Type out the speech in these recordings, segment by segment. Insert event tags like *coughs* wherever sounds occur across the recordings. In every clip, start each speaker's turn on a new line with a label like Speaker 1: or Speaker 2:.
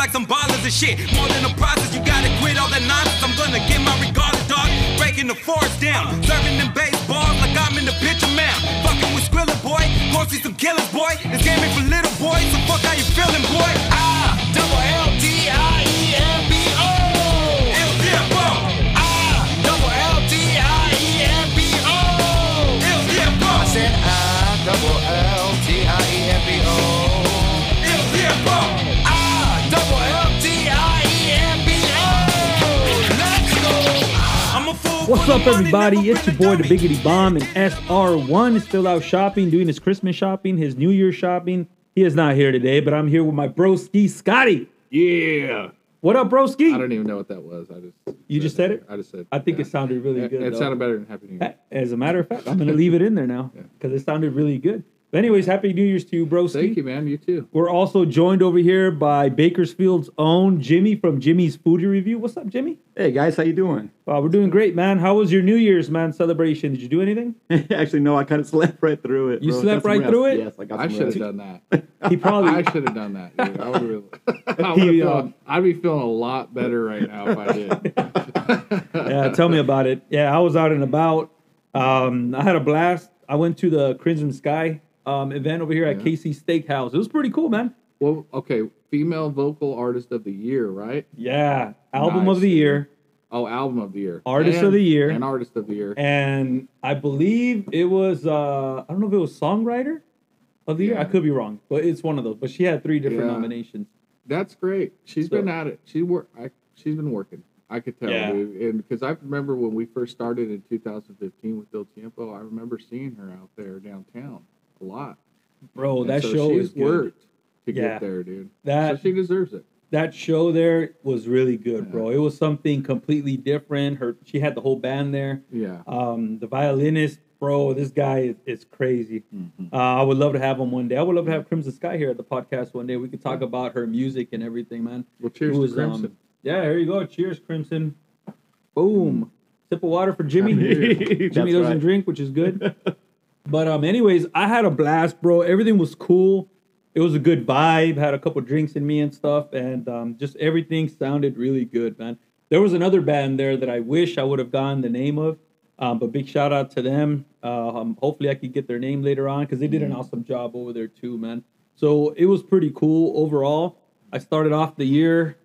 Speaker 1: sponsor shit. More than a process, you gotta quit all that nonsense. I'm gonna get my regard, dog. Breaking the forest down. Serving them baseballs like I'm in the pitcher mound. Fucking with Skrilla, boy. Gonna see some killers, boy. This game ain't for little boys, so fuck how you feeling, boy. Ah, double L D I E M B O. Il Diablo. Ah, double L D I E M B O. Il Diablo.
Speaker 2: I said I double L T I E M B O.
Speaker 1: Il Diablo. Ah, double L D I E M B O. Let's go. I'm a fool.
Speaker 3: What's
Speaker 1: for the
Speaker 3: up,
Speaker 1: money,
Speaker 3: everybody?
Speaker 1: never
Speaker 3: It's your
Speaker 1: been a
Speaker 3: boy, the
Speaker 1: dummy.
Speaker 3: Biggity Bomb, and SR1 is still out shopping, doing his Christmas shopping, his New Year shopping. He is not here today, but I'm here with my broski, Scotty.
Speaker 4: Yeah.
Speaker 3: What up,
Speaker 4: I
Speaker 3: broski?
Speaker 4: don't even know what that was. I just
Speaker 3: You just said it?
Speaker 4: I just said.
Speaker 3: I think it
Speaker 4: yeah.
Speaker 3: sounded really
Speaker 4: It,
Speaker 3: good.
Speaker 4: it
Speaker 3: though.
Speaker 4: sounded better than Happy New Year.
Speaker 3: As a matter of fact, I'm going to leave it in there now because it sounded really good. But anyways, happy New Year's to you, broski.
Speaker 4: Thank you, man. You too.
Speaker 3: We're also joined over here by Bakersfield's own Jimmy from Jimmy's Foodie Review. What's up, Jimmy?
Speaker 5: Hey guys, how you doing? *laughs*
Speaker 3: Wow, we're doing great, man. How was your New Year's, man, celebration? Did you do anything?
Speaker 5: Actually, no, I kind of slept right through it.
Speaker 3: You
Speaker 5: bro.
Speaker 3: slept
Speaker 5: Got some
Speaker 3: right
Speaker 5: rest.
Speaker 3: through it?
Speaker 5: Yes, I got
Speaker 4: I
Speaker 5: some
Speaker 4: should have
Speaker 5: rest.
Speaker 4: done that.
Speaker 3: He probably
Speaker 4: *laughs* I should have done that. Dude. I would
Speaker 3: *laughs*
Speaker 4: really, I
Speaker 3: He,
Speaker 4: would've
Speaker 3: uh,
Speaker 4: felt- I'd be feeling a lot better right now if I did.
Speaker 3: *laughs* yeah, tell me about it. Yeah, I was out and about. Um, I had a blast. I went to the Crimson Sky um, event over here at KC Steakhouse. It was pretty cool, man.
Speaker 4: Well, okay, female vocal artist of the year, right?
Speaker 3: Yeah, album
Speaker 4: Nice,
Speaker 3: of the
Speaker 4: dude.
Speaker 3: year,
Speaker 4: Oh, album of the year,
Speaker 3: Artist of the year.
Speaker 4: and artist of the year.
Speaker 3: and I believe it was uh, I don't know if it was songwriter of the year. I
Speaker 4: Yeah.
Speaker 3: could be wrong, but it's one of those. But she had three different
Speaker 4: Yeah.
Speaker 3: nominations.
Speaker 4: That's great. She's
Speaker 3: So-
Speaker 4: been at it. She work. I, she's been working. I could tell,
Speaker 3: Yeah.
Speaker 4: dude. And because I remember when we first started in 2015 with Del Tiempo, I remember seeing her out there downtown a lot.
Speaker 3: Bro,
Speaker 4: And
Speaker 3: that
Speaker 4: so
Speaker 3: show
Speaker 4: she's
Speaker 3: is good.
Speaker 4: worked to
Speaker 3: Yeah.
Speaker 4: get there, dude.
Speaker 3: That-
Speaker 4: so she deserves it.
Speaker 3: that show there was really good,
Speaker 4: Yeah.
Speaker 3: bro. It was something completely different. Her she had the whole band there.
Speaker 4: Yeah.
Speaker 3: Um, the violinist, bro, this guy is, is crazy. Uh, I would love to have him one day. I would love to have Crimson Sky here at the podcast one day. We could talk about her music and everything, man.
Speaker 4: Well, cheers
Speaker 3: It
Speaker 4: to
Speaker 3: was, um,
Speaker 4: Crimson.
Speaker 3: yeah, here you go. Cheers, Crimson. Boom. Sip of water for Jimmy. *laughs*
Speaker 4: Happy *laughs* New Year.
Speaker 3: Jimmy
Speaker 5: That's
Speaker 3: doesn't
Speaker 5: right.
Speaker 3: drink, which
Speaker 5: *laughs*
Speaker 3: is good. but um, anyways, I had a blast, bro. Everything was cool. It was a good vibe. Had a couple drinks in me and stuff, and um, just everything sounded really good, man. There was another band there that I wish I would have gotten the name of, um, but big shout out to them. Uh, um, hopefully, I could get their name later on because they did an
Speaker 5: Mm-hmm.
Speaker 3: awesome job over there too, man. So it was pretty cool overall. I started off the year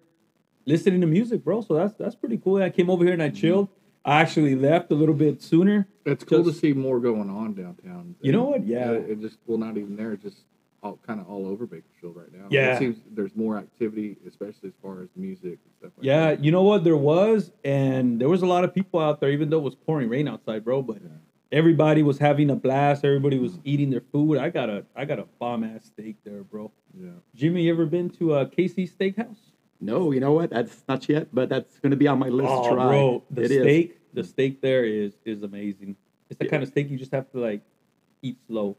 Speaker 3: listening to music, bro. So that's that's pretty cool. I came over here and I chilled. I actually left a little bit sooner.
Speaker 4: It's cool
Speaker 3: just-
Speaker 4: to see more going on downtown.
Speaker 3: You know what? Yeah.
Speaker 4: Yeah. It, it just well, not even there. It's just all kind of all over Bakersfield right now.
Speaker 3: Yeah.
Speaker 4: It seems there's more activity, especially as far as music and stuff. like
Speaker 3: Yeah,
Speaker 4: That.
Speaker 3: you know what? There was, and there was a lot of people out there, even though it was pouring rain outside, bro. But everybody was having a blast. Everybody was eating their food. I got a, I got a bomb ass steak there, bro.
Speaker 4: Yeah.
Speaker 3: Jimmy, you ever been to a KC Steakhouse?
Speaker 5: No, you know what? That's not yet, but that's going to be on my list to
Speaker 3: oh,
Speaker 5: try.
Speaker 3: bro, the
Speaker 5: It is.
Speaker 3: steak, the steak there is is amazing. It's the kind of steak you just have to like eat slow.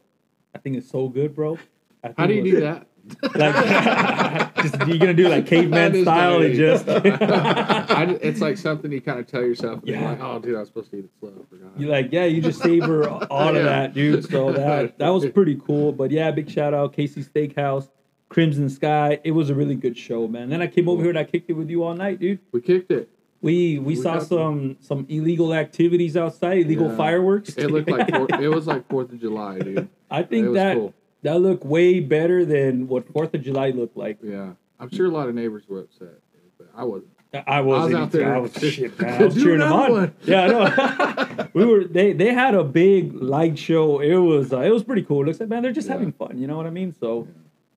Speaker 3: I think it's so good, bro. I
Speaker 4: How do
Speaker 3: think
Speaker 4: you
Speaker 3: it *laughs* was-
Speaker 4: do that? *laughs*
Speaker 3: Like, just, you're gonna do like
Speaker 4: That
Speaker 3: caveman
Speaker 4: is
Speaker 3: style and
Speaker 4: dirty.
Speaker 3: just
Speaker 4: *laughs*
Speaker 3: *laughs*
Speaker 4: I, ju- it's like something you kind of tell yourself. And
Speaker 3: Yeah.
Speaker 4: yeah. Like, oh, dude, I was supposed to eat it slow. I forgot.
Speaker 3: you're like, yeah, you just
Speaker 4: *laughs*
Speaker 3: savor all
Speaker 4: Yeah.
Speaker 3: of that, dude. So that that was pretty cool. But yeah, big shout out Casey Steakhouse, Crimson Sky. It was a really good show, man. Then I came over here and I kicked it with you all night, dude.
Speaker 4: we kicked it.
Speaker 3: We we,
Speaker 4: We
Speaker 3: saw
Speaker 4: got-
Speaker 3: some some illegal activities outside, illegal
Speaker 4: Yeah.
Speaker 3: fireworks.
Speaker 4: It looked like four, it was like Fourth of July, dude.
Speaker 3: *laughs* I think
Speaker 4: was
Speaker 3: that
Speaker 4: cool.
Speaker 3: that looked way better than what Fourth of July looked like.
Speaker 4: Yeah, I'm sure a lot of neighbors were upset, but I wasn't.
Speaker 3: I wasn't.
Speaker 4: out there.
Speaker 3: I was shit,
Speaker 4: *laughs*
Speaker 3: man. I was
Speaker 4: Do
Speaker 3: cheering them on.
Speaker 4: another one.
Speaker 3: Yeah, I know. *laughs* we were. They they had a big light show. It was uh, it was pretty cool. It looks like man, they're just
Speaker 4: Yeah.
Speaker 3: having fun. You know what I mean? So,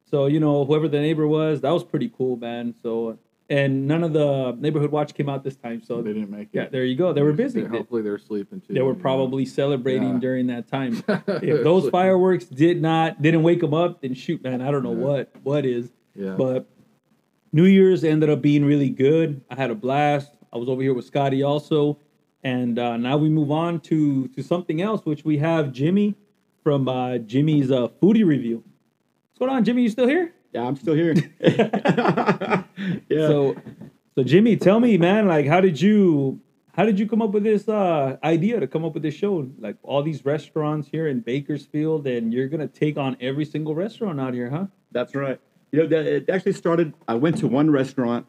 Speaker 3: so you know whoever the neighbor was, that was pretty cool, man. So and none of the neighborhood watch came out this time. So
Speaker 4: They didn't make it.
Speaker 3: yeah, there you go. They were busy.
Speaker 4: They-
Speaker 3: They,
Speaker 4: hopefully, they're sleeping too.
Speaker 3: they were
Speaker 4: you know?
Speaker 3: probably celebrating
Speaker 4: Yeah.
Speaker 3: during that
Speaker 4: *laughs*
Speaker 3: time. if those fireworks did not didn't wake them up, then shoot, man, I don't know
Speaker 4: Yeah.
Speaker 3: what what is.
Speaker 4: Yeah.
Speaker 3: But New Year's ended up being really good. I had a blast. I was over here with Scotty also, and uh, now we move on to to something else, which we have Jimmy from uh, Jimmy's uh, foodie review. What's going on, Jimmy? You still here?
Speaker 5: Yeah, I'm still
Speaker 3: *laughs*
Speaker 5: here. *laughs* yeah.
Speaker 3: So, so Jimmy, tell me, man, like, how did you how did you come up with this uh, idea to come up with this show? Like all these restaurants here in Bakersfield, and you're gonna take on every single restaurant out here, huh?
Speaker 5: That's right. You know, that, it actually started. I went to one restaurant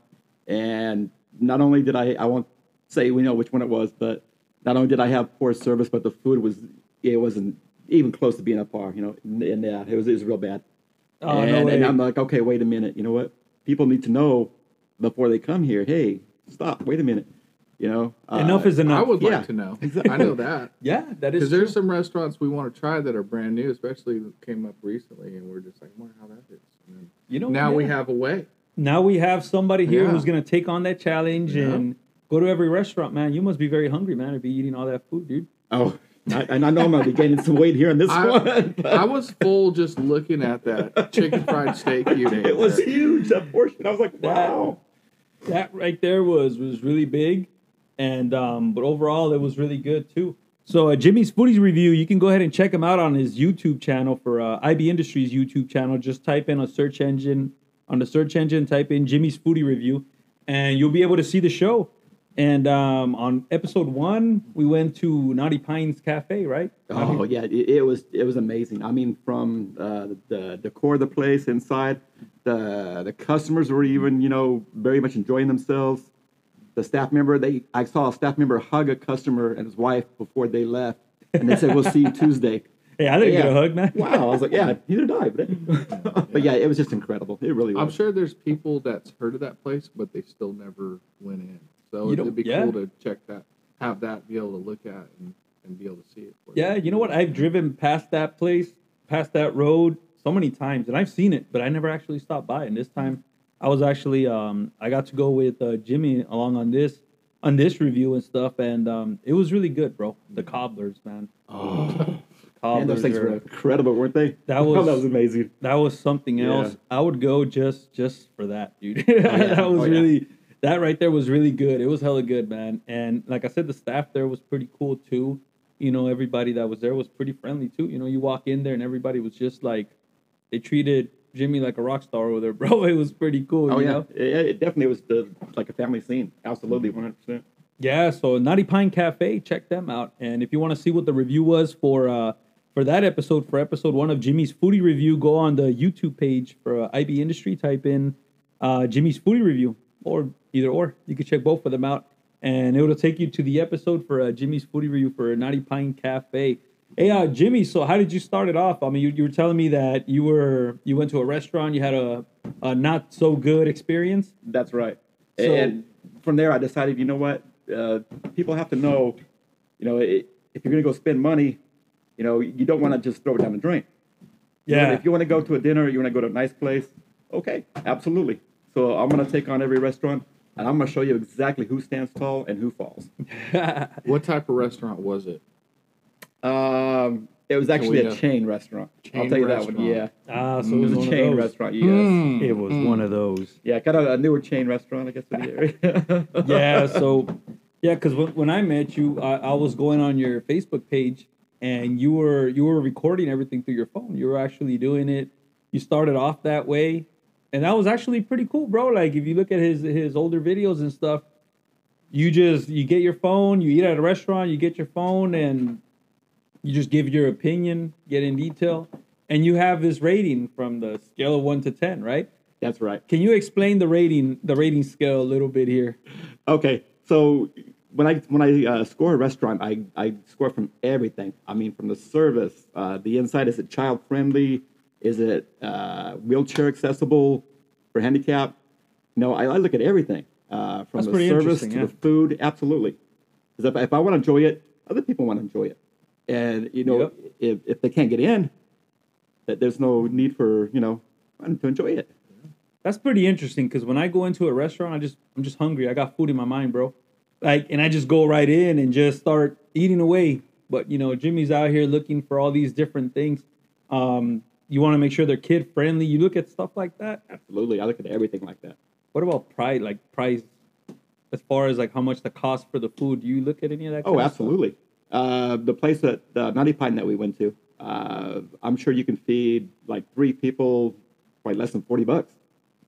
Speaker 6: And not only did I, I won't say we know which one it was, but not only did I have poor service, but the food was, it wasn't even close to being up par, you know, and and, yeah, it was, it was real bad.
Speaker 3: Oh, no
Speaker 6: and, and
Speaker 3: way.
Speaker 6: I'm like, okay, wait a minute. You know what? People need to know before they come here. Hey, stop. Wait a minute. You know,
Speaker 3: enough
Speaker 6: uh,
Speaker 3: is enough.
Speaker 4: I would
Speaker 6: yeah.
Speaker 4: like to know. I
Speaker 3: *laughs*
Speaker 4: know that.
Speaker 3: yeah, that is
Speaker 4: Because there's
Speaker 3: true.
Speaker 4: some restaurants we want to try that are brand new, especially that came up recently, and we're just like, wonder how that is. And then
Speaker 3: you know.
Speaker 4: now we
Speaker 3: yeah.
Speaker 4: have a way.
Speaker 3: now we have somebody here
Speaker 4: Yeah.
Speaker 3: who's gonna take on that challenge
Speaker 4: Yeah.
Speaker 3: and go to every restaurant, man. You must be very hungry, man, to be eating all that food, dude.
Speaker 6: Oh, I, and I know I'm going to be gaining some weight here *laughs* on this
Speaker 3: *laughs*
Speaker 4: I,
Speaker 6: one. but
Speaker 4: I was full just looking at that chicken fried steak unit.
Speaker 6: it was huge, that portion. I was like, wow.
Speaker 3: that right there was was really big, and um, but overall it was really good too. So uh, Jimmy's Foodies review, you can go ahead and check him out on his YouTube channel for uh, IB Industries YouTube channel. Just type in a search engine on the search engine, type in Jimmy's Foodie review, and you'll be able to see the show. And um, on episode one, we went to Naughty Pines Cafe, right?
Speaker 6: Oh yeah, it, it was it was amazing. I mean, from uh, the decor of the place inside, the the customers were even you know very much enjoying themselves. The staff member they I saw a staff member hug a customer and his wife before they left, and they said, "We'll see you
Speaker 3: *laughs*
Speaker 6: Tuesday."
Speaker 3: Hey, I didn't get a hug, man.
Speaker 6: Wow, I was like, yeah, neither did I.
Speaker 3: *laughs*
Speaker 6: But, but yeah, it was just incredible. It really was.
Speaker 4: I'm sure there's people that's heard of that place, but they still never went in. So
Speaker 3: You
Speaker 4: it,
Speaker 3: don't-
Speaker 4: would be
Speaker 3: yeah.
Speaker 4: cool to check that, have that, be able to look at and, and be able to see it. For
Speaker 3: Yeah, you know what? I've driven past that place, past that road so many times, and I've seen it, but I never actually stopped by. And this time, I was actually um, I got to go with uh, Jimmy along on this on this review and stuff, and um, it was really good, bro. The cobblers, man.
Speaker 6: Oh. Man,
Speaker 3: cobblers.
Speaker 6: those things were
Speaker 3: are-
Speaker 6: incredible, weren't they?
Speaker 3: That was-
Speaker 6: *laughs* that was amazing.
Speaker 3: that was something
Speaker 6: Yeah.
Speaker 3: else. I would go just just for that, dude. *laughs*
Speaker 6: yeah.
Speaker 3: that was
Speaker 6: Oh, yeah.
Speaker 3: really that right there was really good. It was hella good, man. And like I said, the staff there was pretty cool too. You know, everybody that was there was pretty friendly too. You know, you walk in there and everybody was just like they treated Jimmy like a rock star over there, *laughs* bro. It was pretty cool.
Speaker 6: Oh
Speaker 3: you
Speaker 6: yeah,
Speaker 3: know?
Speaker 6: it, it definitely was the, like a family scene. Absolutely, 100. percent
Speaker 3: Yeah, so Naughty Pine Cafe, check them out. And if you want to see what the review was for uh, for that episode, for episode one of Jimmy's Foodie Review, go on the YouTube page for uh, IB Industry. Type in uh, Jimmy's Foodie Review, or either or. You can check both of them out, and it'll take you to the episode for uh, Jimmy's Foodie Review for Naughty Pine Cafe. Hey, uh, Jimmy. So how did you start it off? I mean, you, you were telling me that you were you went to a restaurant, you had a, a not so good experience.
Speaker 6: That's right.
Speaker 3: So-
Speaker 6: and from there, I decided, you know what? Uh, people have to know, you know, i if you're going to go spend money, you know, you don't want to just throw it down the drain. You know, if you want to go to a dinner, you want to go to a nice place, okay, absolutely. So I'm going to take on every restaurant and I'm going to show you exactly who stands tall and who falls.
Speaker 4: What type of restaurant was it?
Speaker 6: Um, it
Speaker 3: Oh,
Speaker 6: was actually
Speaker 4: we,
Speaker 6: a
Speaker 4: uh,
Speaker 6: chain restaurant. I'll
Speaker 4: chain
Speaker 6: tell you that one.
Speaker 4: restaurant.
Speaker 6: Yeah.
Speaker 3: ah, so
Speaker 6: It
Speaker 3: it was,
Speaker 6: was
Speaker 3: one
Speaker 6: a
Speaker 3: of
Speaker 6: chain
Speaker 3: those. Hmm.
Speaker 6: restaurant, yes.
Speaker 3: It was one of those.
Speaker 6: Yeah, kind of a newer chain restaurant, I guess,
Speaker 3: *laughs*
Speaker 6: in the area.
Speaker 3: Yeah. So, yeah, because when, when I met you, I, I was going on your Facebook page, and you were you were recording everything through your phone. You were actually doing it. You started off that way, and that was actually pretty cool, bro. Like if you look at his his older videos and stuff, you just you get your phone, you eat at a restaurant, you get your phone, and you just give your opinion, get in detail, and you have this rating from the scale of one to ten, right?
Speaker 6: That's right.
Speaker 3: Can you explain the rating the rating scale a little bit here?
Speaker 6: Okay, so when I when I uh, score a restaurant, I I score from everything. I mean, from the service, uh, the inside. Is it child friendly? Is it uh, wheelchair accessible for handicap? No, I, I look at everything uh, from
Speaker 3: That's
Speaker 6: the
Speaker 3: pretty
Speaker 6: service to
Speaker 3: interesting,
Speaker 6: the
Speaker 3: yeah.
Speaker 6: food. Absolutely, because if, if I want to enjoy it, other people want to enjoy it, and you know,
Speaker 3: Yep.
Speaker 6: if if they can't get in, that there's no need for you know to enjoy it.
Speaker 3: That's pretty interesting because when I go into a restaurant, I just I'm just hungry. I got food in my mind, bro. Like, and I just go right in and just start eating away. But you know, Jimmy's out here looking for all these different things. Um, you want to make sure they're kid friendly. You look at stuff like that.
Speaker 6: Absolutely, I look at everything like that.
Speaker 3: What about price? Like price, as far as like how much the cost for the food. Do you look at any of that?
Speaker 6: Oh,
Speaker 3: kind of stuff?
Speaker 6: absolutely. Uh, the place that the Naughty Pine that we went to, uh, I'm sure you can feed like three people, probably less than forty bucks.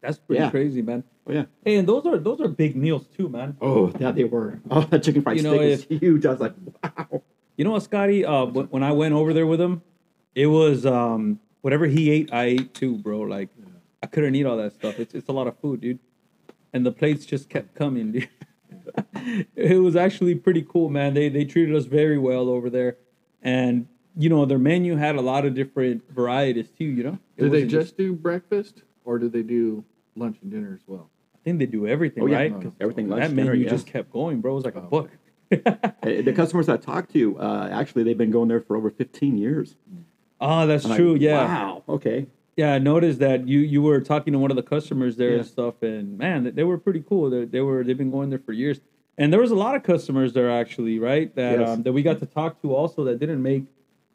Speaker 3: That's pretty
Speaker 6: Yeah.
Speaker 3: crazy, man.
Speaker 6: Oh yeah.
Speaker 3: Hey, and those are those are big meals too, man.
Speaker 6: Oh, yeah, they were. *laughs* Oh, that chicken fried
Speaker 3: You know,
Speaker 6: steak was huge. I was like, wow.
Speaker 3: You know what, Scotty? Uh, when, when I went over there with him, it was um, whatever he ate, I ate too, bro. Like, I couldn't eat all that stuff. It's it's a lot of food, dude. and the plates just kept coming, dude. *laughs* it was actually pretty cool, man. They they treated us very well over there, and you know their menu had a lot of different varieties too. You know, It
Speaker 4: Did they
Speaker 3: wasn't
Speaker 4: just do breakfast or did they do lunch and dinner as well?
Speaker 3: I think they do everything
Speaker 6: Oh, yeah,
Speaker 3: right.
Speaker 6: no,
Speaker 3: 'Cause
Speaker 6: everything
Speaker 3: That
Speaker 6: lunch,
Speaker 3: menu
Speaker 6: dinner, yeah.
Speaker 3: just kept going, bro. It was like a
Speaker 4: Oh.
Speaker 3: book.
Speaker 6: Uh, The customers I talked to, uh, actually, they've been going there for over 15 years.
Speaker 3: Oh, that's
Speaker 6: And I-
Speaker 3: true. Yeah.
Speaker 6: Wow. Okay.
Speaker 3: Yeah, I noticed that you you were talking to one of the customers there
Speaker 6: Yeah.
Speaker 3: and stuff, and man, they, they were pretty cool. They, they were they've been going there for years, and there was a lot of customers there actually, right? That
Speaker 6: Yes.
Speaker 3: um, that we got to talk to also that didn't make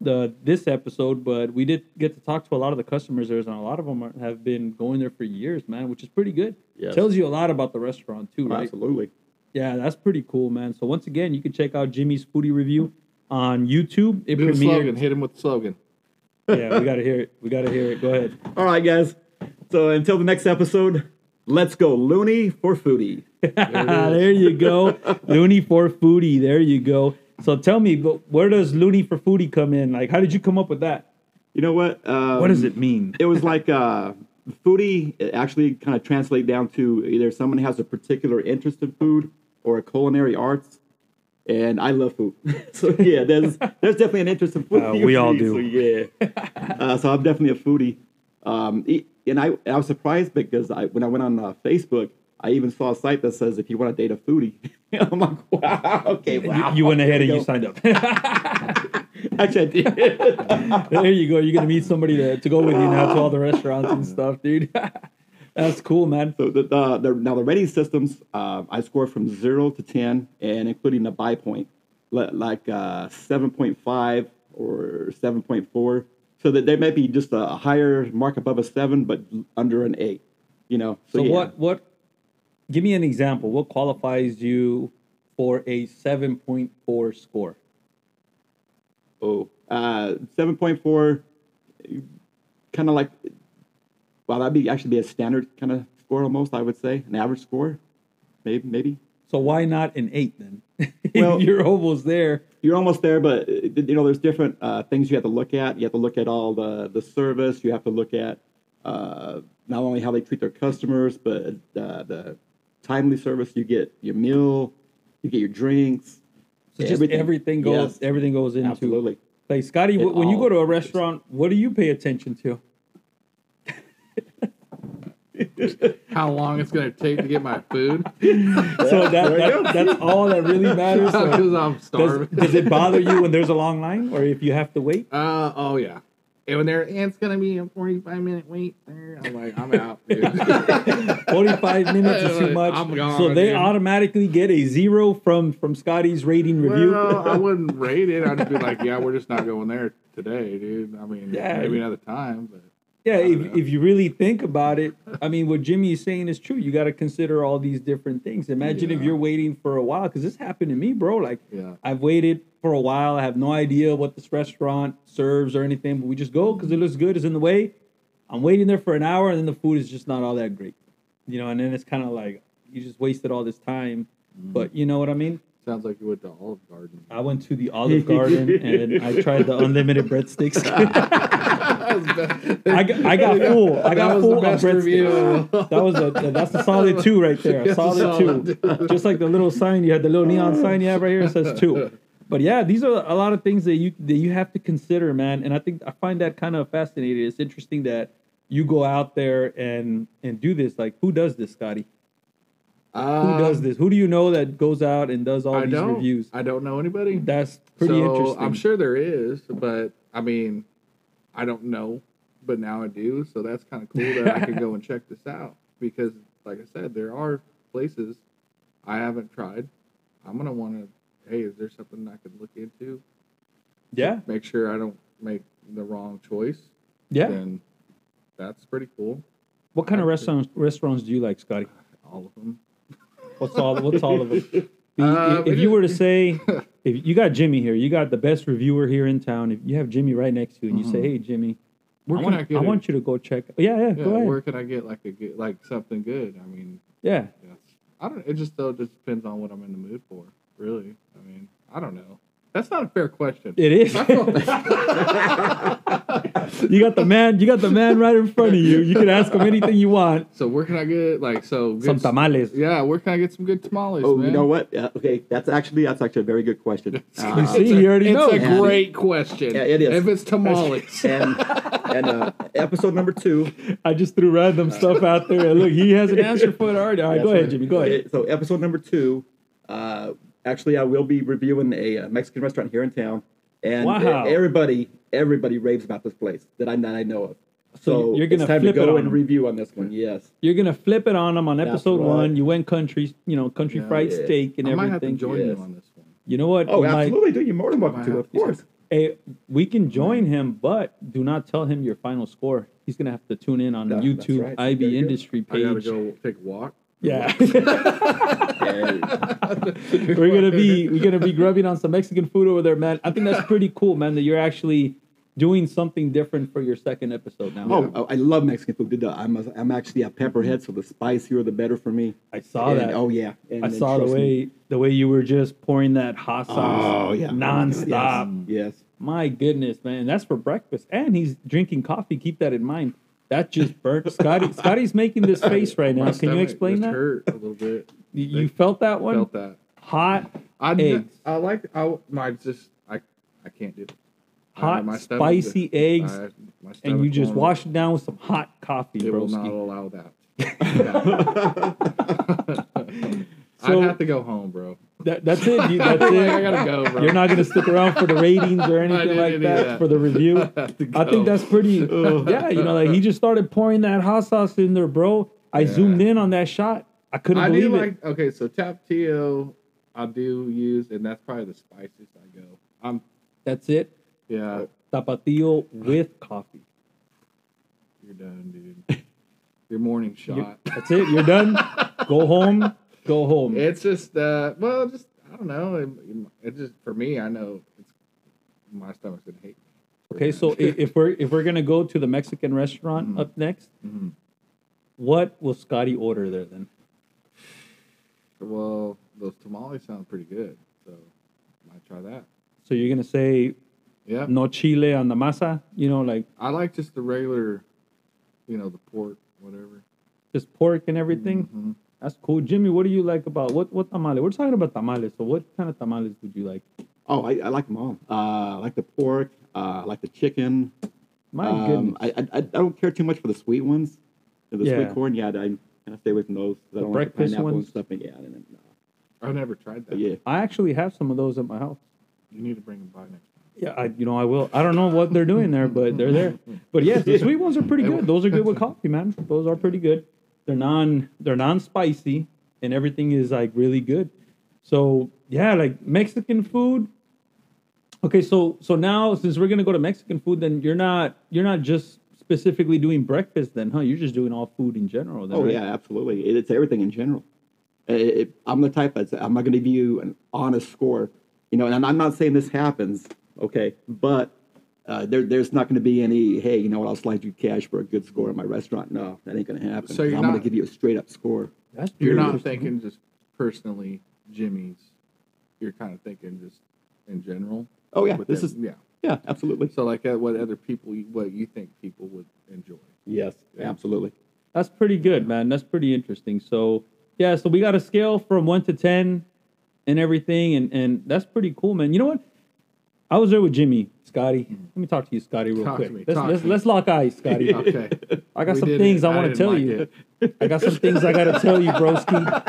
Speaker 3: the this episode, but we did get to talk to a lot of the customers there, and a lot of them are, have been going there for years, man, which is pretty good.
Speaker 6: Yes.
Speaker 3: Tells you a lot about the restaurant too, right?
Speaker 6: Absolutely.
Speaker 3: Yeah, that's pretty cool, man. So once again, you can check out Jimmy's Foodie Review on YouTube. It
Speaker 4: Do the slogan.
Speaker 3: premiered.
Speaker 4: Hit him with the slogan.
Speaker 3: *laughs* yeah, we gotta hear it. We gotta hear it. Go ahead.
Speaker 6: All right, guys. So until the next episode, let's go loony
Speaker 3: *laughs*
Speaker 6: for foodie.
Speaker 3: Ah, there you go. Looney for foodie. There you go. So tell me, but where does Looney for foodie come in? Like, how did you come up with that?
Speaker 6: You know what? Um,
Speaker 3: What does it mean?
Speaker 6: It was like uh, foodie it actually kind of translate down to either someone has a particular interest in food or a culinary arts. And I love food, *laughs* so yeah, there's there's definitely an interest in food. *laughs*
Speaker 3: Uh, we all do.
Speaker 6: So yeah, uh, so I'm definitely a foodie. Um, e- and I I was surprised because I when I went on uh, Facebook, I even saw a site that says if you want to date a foodie, *laughs* I'm like, wow, okay, wow.
Speaker 3: You, you went ahead and
Speaker 6: There
Speaker 3: you
Speaker 6: go.
Speaker 3: signed up.
Speaker 6: *laughs*
Speaker 3: *laughs*
Speaker 6: Actually, I did.
Speaker 3: there you go. You're gonna meet somebody to, to go with you now to all the restaurants and stuff, dude. *laughs* That's cool, man.
Speaker 6: So the, the, the now the rating systems, uh, I score from zero to ten, and including the buy point, li- like uh, seven point five or seven point four. So that they may be just a higher mark above a seven, but under an eight. You know. So,
Speaker 3: So
Speaker 6: yeah.
Speaker 3: what? What? Give me an example. What qualifies you for a 7.4 score?
Speaker 6: Oh, uh, seven point four, kind of like. Well, that'd be actually be a standard kind of score almost. I would say an average score, maybe maybe.
Speaker 3: So why not an eight then? *laughs*
Speaker 6: Well-
Speaker 3: You're almost there.
Speaker 6: you're almost there, but uh, you know, there's different uh, things you have to look at. You have to look at all the the service. You have to look at uh, not only how they treat their customers, but uh, the timely service. You get your meal, you get your drinks.
Speaker 3: So just everything, goes
Speaker 6: Yes,
Speaker 3: everything goes into
Speaker 6: absolutely.
Speaker 3: Like Scotty,
Speaker 6: It
Speaker 3: wh- when you
Speaker 6: all-
Speaker 3: go to a restaurant, what do you pay attention to?
Speaker 4: How long it's going to take to get my
Speaker 3: *laughs*
Speaker 4: food? *laughs*
Speaker 3: so that, that that's all that really matters. So
Speaker 4: Because I'm
Speaker 3: does,
Speaker 4: starving.
Speaker 3: does it bother you when there's a long line, or if you have to wait?
Speaker 4: Uh, oh yeah. And when they're, it's gonna be a forty-five minute wait there. I'm like, I'm out. dude. *laughs*
Speaker 3: Forty-five minutes is too much.
Speaker 4: I'm gone,
Speaker 3: so they
Speaker 4: dude.
Speaker 3: automatically get a zero from from Scotty's rating review.
Speaker 4: well, I wouldn't rate it. I'd just be like, yeah, we're just not going there today, dude. I mean,
Speaker 3: Yeah.
Speaker 4: maybe another time, but
Speaker 3: yeah,
Speaker 4: don't
Speaker 3: if,
Speaker 4: know.
Speaker 3: if you really think about it, I mean, what Jimmy is saying is true. You got to consider all these different things. Imagine if
Speaker 4: Yeah.
Speaker 3: you're waiting for a while, because this happened to me, bro. Like
Speaker 4: yeah.
Speaker 3: I've waited for a while. I have no idea what this restaurant serves or anything, but we just go because it looks good. It's in the way. I'm waiting there for an hour, and then the food is just not all that great, you know. And then it's kind of like you just wasted all this time.
Speaker 4: Mm-hmm.
Speaker 3: But you know what I mean?
Speaker 4: Sounds like you went to Olive Garden.
Speaker 3: I went to the Olive Garden and I tried the unlimited breadsticks. I got, I got full. I got
Speaker 4: was
Speaker 3: full
Speaker 4: the
Speaker 3: on
Speaker 4: best review.
Speaker 3: breadsticks. That was a that's a solid two right there. A
Speaker 4: That's a
Speaker 3: solid two. Just like the little sign you had, the little neon sign you have right here it says two. But yeah, these are a lot of things that you that you have to consider, man. And I think I find that kind of fascinating. It's interesting that you go out there and and do this. Like, who does this, Scotty? Who
Speaker 4: Um,
Speaker 3: does this? Who do you know that goes out and does all
Speaker 4: I
Speaker 3: these
Speaker 4: don't.
Speaker 3: reviews?
Speaker 4: I don't know anybody.
Speaker 3: That's pretty
Speaker 4: so
Speaker 3: interesting.
Speaker 4: I'm sure there is, but I mean, I don't know, but now I do. So that's kind of cool that I can go and check this
Speaker 3: *laughs*
Speaker 4: out because, like I said, there are places I haven't tried. I'm gonna want to. Hey, is there something I could look into?
Speaker 3: Yeah,
Speaker 4: Make sure I don't make the wrong choice.
Speaker 3: yeah.
Speaker 4: Then that's pretty cool.
Speaker 3: What kind of restaurants restaurants do you like, Scotty?
Speaker 4: All of them.
Speaker 3: What's all what's all of
Speaker 4: *laughs*
Speaker 3: them?
Speaker 4: Uh,
Speaker 3: if
Speaker 4: we
Speaker 3: you were to
Speaker 4: did- *laughs*
Speaker 3: say, if you got Jimmy here, you got the best reviewer here in town. If you have Jimmy right next to you, and you say, "Hey, Jimmy,
Speaker 4: Where
Speaker 3: I
Speaker 4: can
Speaker 3: want
Speaker 4: Mm-hmm. I get
Speaker 3: I
Speaker 4: it?
Speaker 3: want you to go check." Yeah, yeah,
Speaker 4: Yeah,
Speaker 3: go ahead.
Speaker 4: where can I get like a good, like something good? I mean,
Speaker 3: Yeah,
Speaker 4: Yes. I don't. It just though just depends on what I'm in the mood for, really. I mean, I don't know. That's not a fair question.
Speaker 3: It is. *laughs* you got the man. You got the man right in front of you. You can ask him anything you want.
Speaker 4: So where can I get like so good
Speaker 3: Some
Speaker 4: s-
Speaker 3: tamales.
Speaker 4: Yeah, where can I get some good tamales?
Speaker 6: Oh,
Speaker 4: man?
Speaker 6: you know what? Uh, okay, that's actually that's actually a very good question.
Speaker 3: You
Speaker 6: Uh,
Speaker 3: see, he already
Speaker 4: It's
Speaker 3: knows.
Speaker 4: a great question.
Speaker 6: Yeah, it is.
Speaker 4: If it's tamales,
Speaker 6: and and uh, episode number two.
Speaker 3: I just threw random stuff out there. And look, he
Speaker 4: *laughs*
Speaker 3: has an answer for it already. All right, go ahead, Jimmy. Go ahead.
Speaker 6: Okay, So episode number two. Uh, actually, I will be reviewing a uh, Mexican restaurant here in town, and
Speaker 3: Wow.
Speaker 6: e- everybody everybody raves about this place that I that I know of. So
Speaker 3: you're gonna
Speaker 6: it's time
Speaker 3: flip it
Speaker 6: to go
Speaker 3: on
Speaker 6: and
Speaker 3: them.
Speaker 6: review on this one. Yes.
Speaker 3: You're gonna flip it on him on
Speaker 6: That's
Speaker 3: episode
Speaker 6: right.
Speaker 3: one. You went country, you know, country
Speaker 4: Yeah.
Speaker 3: fried
Speaker 6: Yeah.
Speaker 3: steak and
Speaker 4: I might have to
Speaker 3: everything.
Speaker 4: join
Speaker 6: yes.
Speaker 4: you on this one.
Speaker 3: You know what?
Speaker 6: Oh,
Speaker 3: We might-
Speaker 6: absolutely. Do you more than welcome
Speaker 4: Might
Speaker 6: to?
Speaker 4: have
Speaker 6: Of
Speaker 4: to.
Speaker 6: course.
Speaker 3: Hey, we can join him, but do not tell him your final score. He's gonna have to tune in on
Speaker 6: That- that's
Speaker 3: YouTube
Speaker 6: right. There
Speaker 3: IB
Speaker 6: you go.
Speaker 3: Industry
Speaker 4: I gotta
Speaker 3: page.
Speaker 4: go take a walk.
Speaker 3: Yeah, *laughs*
Speaker 6: *laughs*
Speaker 3: we're gonna be
Speaker 4: *laughs*
Speaker 3: we're gonna be grubbing on some Mexican food over there, man. I think that's pretty cool, man. That you're actually doing something different for your second episode now.
Speaker 6: Oh, oh, I love Mexican food. Duh, I'm a, I'm actually a pepperhead, so the spicier the better for me.
Speaker 3: I saw
Speaker 6: And-
Speaker 3: that.
Speaker 6: Oh yeah, and,
Speaker 3: I
Speaker 6: and
Speaker 3: saw the
Speaker 6: trust me.
Speaker 3: way the way you were just pouring that hot sauce
Speaker 6: Oh yeah,
Speaker 3: nonstop.
Speaker 6: Yes, yes.
Speaker 3: My goodness, man. That's for breakfast. And he's drinking coffee. Keep that in mind. That just
Speaker 4: *laughs*
Speaker 3: burnt Scotty. Scotty's making this face right now.
Speaker 4: My
Speaker 3: Can you
Speaker 4: stomach
Speaker 3: explain
Speaker 4: just
Speaker 3: that?
Speaker 4: Hurt a little bit.
Speaker 3: You- You felt that one?
Speaker 4: Felt that.
Speaker 3: Hot,
Speaker 4: I
Speaker 3: Eggs.
Speaker 4: I like. I my just. I I can't do. it. I-
Speaker 3: hot,
Speaker 4: my stomach-
Speaker 3: spicy eggs,
Speaker 4: I- my
Speaker 3: and you
Speaker 4: stomach
Speaker 3: just
Speaker 4: won't-
Speaker 3: wash it down with some hot coffee,
Speaker 4: It will not
Speaker 3: broski.
Speaker 4: allow
Speaker 3: *laughs*
Speaker 4: that.
Speaker 3: So-
Speaker 4: *laughs* I have to go home, bro.
Speaker 3: That, that's it. You, *laughs*
Speaker 4: *laughs*
Speaker 3: that's
Speaker 4: Like, *laughs* I
Speaker 3: it.
Speaker 4: gotta go, bro.
Speaker 3: You're not gonna stick around for the ratings or anything
Speaker 4: didn't
Speaker 3: like
Speaker 4: do
Speaker 3: that,
Speaker 4: that.
Speaker 3: for the review.
Speaker 4: *laughs* I have to
Speaker 3: I
Speaker 4: go.
Speaker 3: think that's
Speaker 4: *laughs*
Speaker 3: pretty. yeah, you know, like he just started pouring that hot sauce in there, bro. I zoomed in on that shot. I couldn't
Speaker 4: I do
Speaker 3: believe it.
Speaker 4: like okay, so Tapatio, I do use, and that's probably the spiciest I go. I'm
Speaker 3: that's it.
Speaker 4: yeah,
Speaker 3: Tapatio with coffee.
Speaker 4: you're done,
Speaker 3: *laughs*
Speaker 4: dude. Your morning
Speaker 3: You-
Speaker 4: shot.
Speaker 3: that's it. You're done. *laughs* go home. Go home.
Speaker 4: It's just uh, well, just I don't know. It, it just for me, I know it's my stomach's gonna hate. me.
Speaker 3: Okay, so i- if we're if we're gonna go to the Mexican restaurant up next,
Speaker 4: Mhm.
Speaker 3: what will Scotty order there then?
Speaker 4: well, those tamales sound pretty good, so might try that.
Speaker 3: So you're gonna say
Speaker 4: Yeah,
Speaker 3: no chile on the masa, you know, like
Speaker 4: I like just the regular, you know, the pork, whatever.
Speaker 3: just pork and everything.
Speaker 4: Mhm.
Speaker 3: That's cool, Jimmy. What do you like about what what tamale? We're talking about tamales, so what kind of tamales would you like?
Speaker 6: Oh, I, I like them all. Uh, I like the pork. Uh, I like the chicken.
Speaker 3: My
Speaker 6: Um,
Speaker 3: Oh, goodness,
Speaker 6: I, I I don't care too much for the sweet ones. The
Speaker 3: Yeah.
Speaker 6: sweet corn, yeah, I kind of stay away from those. 'cause I don't like the
Speaker 3: breakfast
Speaker 6: pineapple and
Speaker 3: ones?
Speaker 6: stuff. and Yeah, I didn't- no.
Speaker 4: I've never tried that.
Speaker 6: But yeah.
Speaker 3: I actually have some of those at my house.
Speaker 4: you need to bring them by next. time.
Speaker 3: Yeah, I you know I will. I don't know what they're doing there, but they're there. But yes, the sweet ones are pretty good. Those are good with coffee, man. Those are pretty good. They're non they're non spicy, and everything is like really good. So yeah, like Mexican food. Okay, so so now since we're gonna go to Mexican food, then you're not you're not just specifically doing breakfast, then, huh? You're just doing all food in general. Then,
Speaker 6: Oh
Speaker 3: right?
Speaker 6: yeah, absolutely. It, it's everything in general. It- it- I'm the type that's I'm not going to give you an honest score, you know. And I'm, I'm not saying this happens, okay, but uh, there, there's not going to be any. Hey, you know what? I'll slide you cash for a good score in my restaurant. No, that ain't going to happen.
Speaker 4: So you're
Speaker 6: I'm going
Speaker 4: not-
Speaker 6: to give you a straight up score.
Speaker 3: that's
Speaker 4: You're
Speaker 3: pretty
Speaker 4: not
Speaker 3: interesting.
Speaker 4: thinking just personally, Jimmy's. You're kind of thinking just in general.
Speaker 6: Oh yeah,
Speaker 4: with
Speaker 6: this
Speaker 4: them.
Speaker 6: is
Speaker 4: yeah.
Speaker 6: yeah, absolutely.
Speaker 4: So like, uh, what other people, you- what you think people would enjoy?
Speaker 6: Yes, absolutely.
Speaker 3: That's pretty good, man. That's pretty interesting. So yeah, so we got a scale from one to ten and everything, and and that's pretty cool, man. You know what? I was there with Jimmy, Scotty. Let me talk to you, Scotty, real
Speaker 4: Talk to
Speaker 3: quick.
Speaker 4: me,
Speaker 3: let's
Speaker 4: talk
Speaker 3: let's,
Speaker 4: to me.
Speaker 3: let's lock eyes,
Speaker 4: *laughs*
Speaker 3: Scotty.
Speaker 6: *laughs*
Speaker 4: Okay.
Speaker 3: I got
Speaker 4: We
Speaker 3: some
Speaker 4: did
Speaker 3: things
Speaker 4: it.
Speaker 3: I want to
Speaker 4: didn't
Speaker 3: tell you.
Speaker 4: like it.
Speaker 3: I got some things I gotta tell you, broski.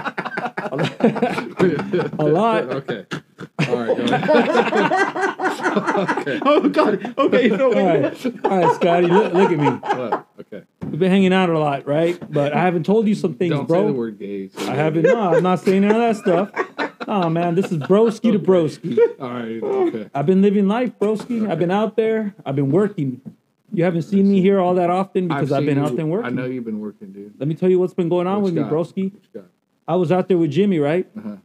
Speaker 3: *laughs*
Speaker 4: *laughs*
Speaker 3: a lot.
Speaker 4: Okay. All right. Go ahead.
Speaker 6: Oh God. Okay. So
Speaker 3: All right, all right, Scotty. Look, look at me.
Speaker 4: What? Okay.
Speaker 3: We've been hanging out a lot, right? But I haven't told you some things,
Speaker 4: Don't
Speaker 3: bro.
Speaker 4: say the word gay. so-
Speaker 3: I haven't. No, I'm not saying none of that stuff. Oh man, this is broski to broski.
Speaker 4: All right. Okay.
Speaker 3: I've been living life, broski. I've been out there. I've been working. You haven't seen me here all that often because I've,
Speaker 4: seen
Speaker 3: been
Speaker 4: you-
Speaker 3: out there working.
Speaker 4: I know you've been working, dude.
Speaker 3: Let me tell you what's been going on
Speaker 4: What
Speaker 3: with
Speaker 4: you
Speaker 3: me,
Speaker 4: got?
Speaker 3: broski.
Speaker 4: What you got?
Speaker 3: I was out there with Jimmy, right?
Speaker 4: Uh-huh.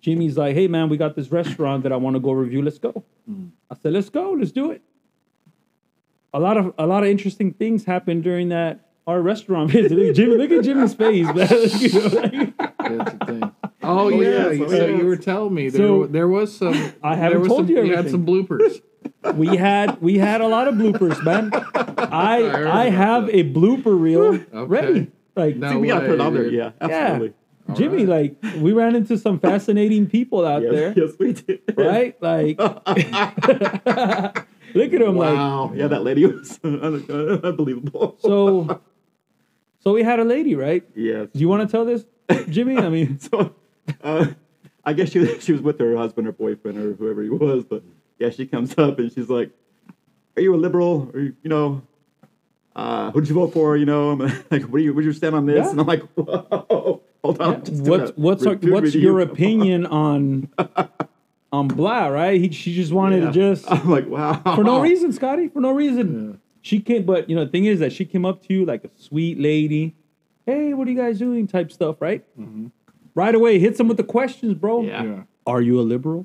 Speaker 3: Jimmy's like, "Hey man, we got this restaurant that I want to go review. Let's go." I said, "Let's go. Let's do it." A lot of a lot of interesting things happened during *laughs* that our restaurant visit. *laughs* Look at Jimmy, look at Jimmy's face, man. You know, like- *laughs*
Speaker 4: That's the thing. Oh, yeah.
Speaker 6: yeah,
Speaker 4: you-
Speaker 6: so-
Speaker 4: so you were telling me there,
Speaker 3: So-
Speaker 4: wa- there was some.
Speaker 3: *laughs* I
Speaker 4: there
Speaker 3: haven't
Speaker 4: was
Speaker 3: told
Speaker 4: some,
Speaker 3: you
Speaker 4: had
Speaker 3: everything.
Speaker 4: some bloopers.
Speaker 3: we had we had a lot of bloopers, man. I
Speaker 4: heard
Speaker 3: I,
Speaker 4: about
Speaker 3: have
Speaker 4: that.
Speaker 3: a blooper reel
Speaker 4: Okay.
Speaker 3: ready. Like
Speaker 4: No
Speaker 6: I think we gotta put it
Speaker 4: way,
Speaker 6: on there.
Speaker 4: dude.
Speaker 6: Yeah, absolutely.
Speaker 4: All
Speaker 3: Jimmy, like we ran into some fascinating people out
Speaker 6: Yes,
Speaker 3: there,
Speaker 6: yes, we did. *laughs*
Speaker 3: right? Like, *laughs* look at him, *laughs* like *laughs*
Speaker 4: Um,
Speaker 6: wow. Oh, yeah, that lady was *laughs* unbelievable.
Speaker 3: so. So we had a lady, right?
Speaker 6: *laughs* yes.
Speaker 3: Do you want to tell this, Jimmy? I mean,
Speaker 6: *laughs* so uh, I guess she was, she was with her husband or boyfriend or whoever he was, but yeah, she comes up and she's like, "Are you a liberal? Or you know, uh, who'd you vote for? You know, I'm *laughs* like, what do you would you stand on this?"
Speaker 3: Yeah.
Speaker 6: And I'm like, *laughs* "Whoa, hold on, I'm *laughs* just doing
Speaker 3: what's
Speaker 6: a
Speaker 3: what's our,
Speaker 6: review
Speaker 3: what's
Speaker 6: review." *laughs*
Speaker 3: your opinion on on blah? Right? He, she just wanted
Speaker 6: Yeah.
Speaker 3: to just
Speaker 6: *laughs* I'm like, wow,
Speaker 3: for no reason, Scotty. For no reason. She came, but you know, the thing is that she came up to you like a sweet lady. Hey, what are you guys doing? Type stuff, right? Right away, hits them with the questions, bro.
Speaker 6: Yeah.
Speaker 4: Mm-hmm. Yeah.
Speaker 3: Are you a liberal?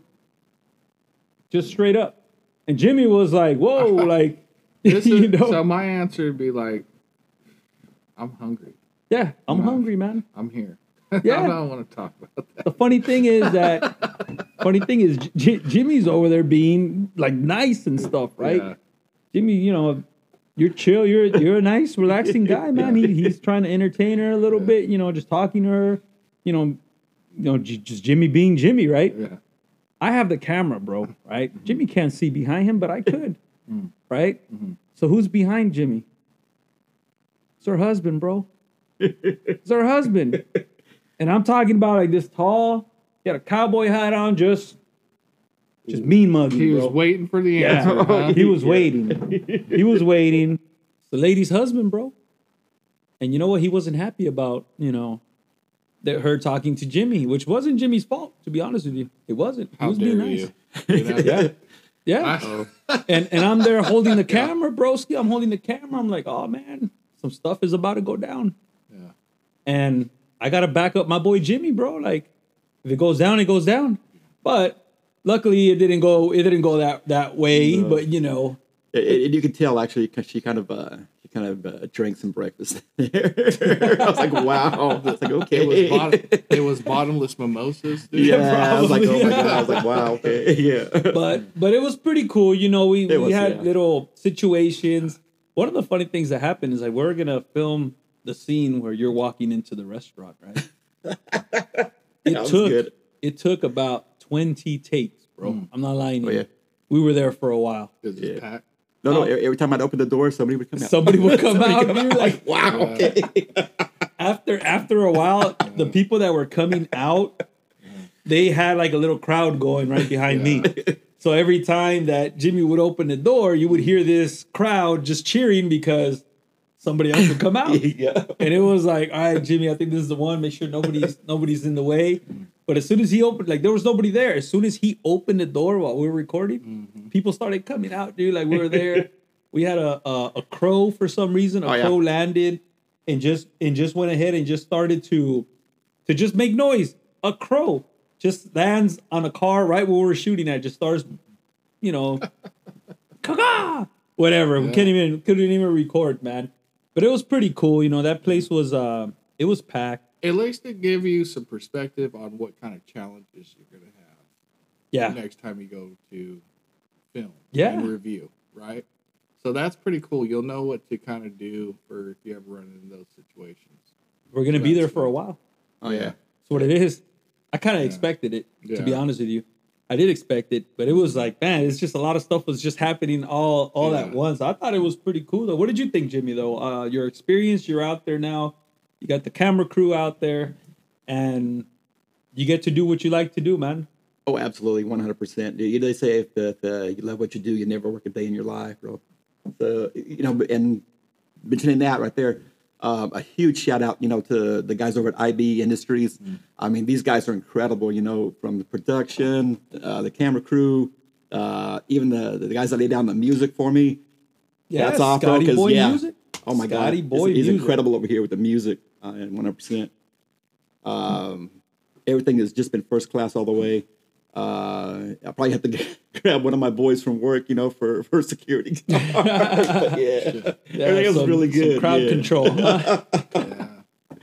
Speaker 3: Just straight up. And Jimmy was like, "Whoa,
Speaker 4: *laughs*
Speaker 3: like, *laughs*
Speaker 4: This is,
Speaker 3: you know,
Speaker 4: So my answer would be like, I'm hungry.
Speaker 3: yeah, I'm hungry, man."
Speaker 4: I'm here. *laughs*
Speaker 3: Yeah.
Speaker 4: I don't want to talk about that.
Speaker 3: The funny thing is that,
Speaker 4: *laughs*
Speaker 3: funny thing is, J- J- Jimmy's over there being like nice and stuff, right?
Speaker 4: Yeah.
Speaker 3: Jimmy, you know, you're chill. You're you're a
Speaker 4: *laughs*
Speaker 3: nice, relaxing guy, man. He, he's trying to entertain her a little bit, you know, just talking to her, you know, you know, j- just Jimmy being Jimmy, right?
Speaker 4: Yeah. Mm-hmm.
Speaker 3: I have the camera, bro, right? Jimmy can't see behind him, but I could, right?
Speaker 4: Mm-hmm.
Speaker 3: So who's behind Jimmy? It's her husband, bro. it's her
Speaker 4: *laughs*
Speaker 3: husband, and I'm talking about like this tall. He had a cowboy hat on, just just mean mugging,
Speaker 4: He
Speaker 3: bro.
Speaker 4: was waiting for the answer.
Speaker 3: Yeah.
Speaker 4: huh?
Speaker 3: *laughs* He was waiting. He was waiting. It's the lady's husband, bro. And you know what? He wasn't happy about, you know, that her talking to Jimmy, which wasn't Jimmy's fault, to be honest with you. It wasn't. He
Speaker 4: How
Speaker 3: was being
Speaker 4: dare
Speaker 3: nice.
Speaker 4: you? *laughs* you know?
Speaker 3: Yeah. Yeah.
Speaker 4: I-
Speaker 3: *laughs* And and I'm there holding
Speaker 4: *laughs*
Speaker 3: the camera, broski. I'm holding the camera. I'm like, oh man, some stuff is about to go down.
Speaker 4: Yeah.
Speaker 3: And I gotta back up my boy Jimmy, bro. Like, if it goes down, it goes down. But luckily it didn't go it didn't go that that way.
Speaker 6: No.
Speaker 3: But you know,
Speaker 6: And- and you can tell actually 'cause she kind of uh, she kind of uh, drank some breakfast *laughs* there. I was like, wow. I was like, okay.
Speaker 4: *laughs* It was, bottom, it was bottomless mimosas. Dude.
Speaker 6: *laughs* yeah, I was like, oh my
Speaker 3: probably.
Speaker 6: god. I was
Speaker 3: *laughs*
Speaker 6: like, wow. Okay. *laughs* Yeah.
Speaker 3: but but it was pretty cool. You know, we, we
Speaker 6: was,
Speaker 3: had
Speaker 6: yeah.
Speaker 3: little situations. One of the funny things that happened is like we're gonna film the scene where you're walking into the restaurant,
Speaker 6: *laughs*
Speaker 3: right? it
Speaker 6: That was
Speaker 3: took
Speaker 6: good.
Speaker 3: it took about twenty takes, bro. I'm not lying. to
Speaker 6: Oh,
Speaker 3: you.
Speaker 6: yeah.
Speaker 3: We were there for a while.
Speaker 4: 'Cause it's
Speaker 6: Yeah.
Speaker 4: packed.
Speaker 6: No, no.
Speaker 3: Oh.
Speaker 6: Every time I'd open the door, somebody would come out.
Speaker 3: Somebody would come out,
Speaker 6: come
Speaker 3: dude,
Speaker 6: out,
Speaker 3: *laughs* like
Speaker 6: wow. Okay.
Speaker 3: after after a while, the people that were coming out, they had like a little crowd going right behind me. So every time that Jimmy would open the door, you would hear this crowd just cheering because somebody else would come out.
Speaker 6: yeah.
Speaker 3: And it was like, all right, Jimmy, I think this is the one. Make sure nobody's nobody's in the way. But as soon as he opened, like there was nobody there. As soon as he opened the door while we were recording,
Speaker 6: Mm-hmm.
Speaker 3: people started coming out, dude. Like we were there. we had a, a a crow for some reason. A
Speaker 6: Oh, yeah.
Speaker 3: crow landed and just and just went ahead and just started to to just make noise. A crow just lands on a car right where we were shooting at. Just starts, you know, caca, whatever. We can't even couldn't even record, man. But it was pretty cool. You know, that place was uh, it was packed.
Speaker 4: At least it give you some perspective on what kind of challenges you're going to have.
Speaker 3: Yeah,
Speaker 4: next time you go to film
Speaker 3: Yeah.
Speaker 4: and review, right? So that's pretty cool. You'll know what to kind of do for if you ever run into those situations.
Speaker 3: we're gonna be there
Speaker 4: That's
Speaker 3: for a
Speaker 4: cool.
Speaker 3: while.
Speaker 6: Oh yeah.
Speaker 3: That's what it is. I kind of expected it, to be
Speaker 4: Yeah.
Speaker 3: honest with you. I did expect it, but it was like, man, it's just a lot of stuff was just happening all all at
Speaker 4: Yeah.
Speaker 3: once. I thought it was pretty cool though. What did you think, Jimmy? Though uh, your experience, you're out there now. You got the camera crew out there, and you get to do what you like to do, man.
Speaker 6: Oh, absolutely, one hundred percent. They say if the, the you love what you do, you never work a day in your life, bro. So you know, and mentioning that right there, um, a huge shout out, you know, to the guys over at IB Industries. I mean, these guys are incredible, you know, from the production, uh, the camera crew, uh, even the the guys that lay down the music for me.
Speaker 3: Yeah,
Speaker 6: That's awesome.
Speaker 3: Scotty Boy
Speaker 6: yeah.
Speaker 3: music.
Speaker 6: Oh my god,
Speaker 3: Scotty
Speaker 6: He's-
Speaker 3: Boy
Speaker 6: he's,
Speaker 3: music.
Speaker 6: incredible over here with the music, uh, one hundred percent. Um, everything has just been first class all the way. Uh, I probably have to *laughs* grab one of my boys from work, you know, for for security. guard. *laughs* But yeah.
Speaker 3: Yeah,
Speaker 6: everything was
Speaker 3: some-
Speaker 6: really
Speaker 3: some
Speaker 6: good.
Speaker 3: crowd
Speaker 6: yeah.
Speaker 3: control. huh?
Speaker 4: Yeah.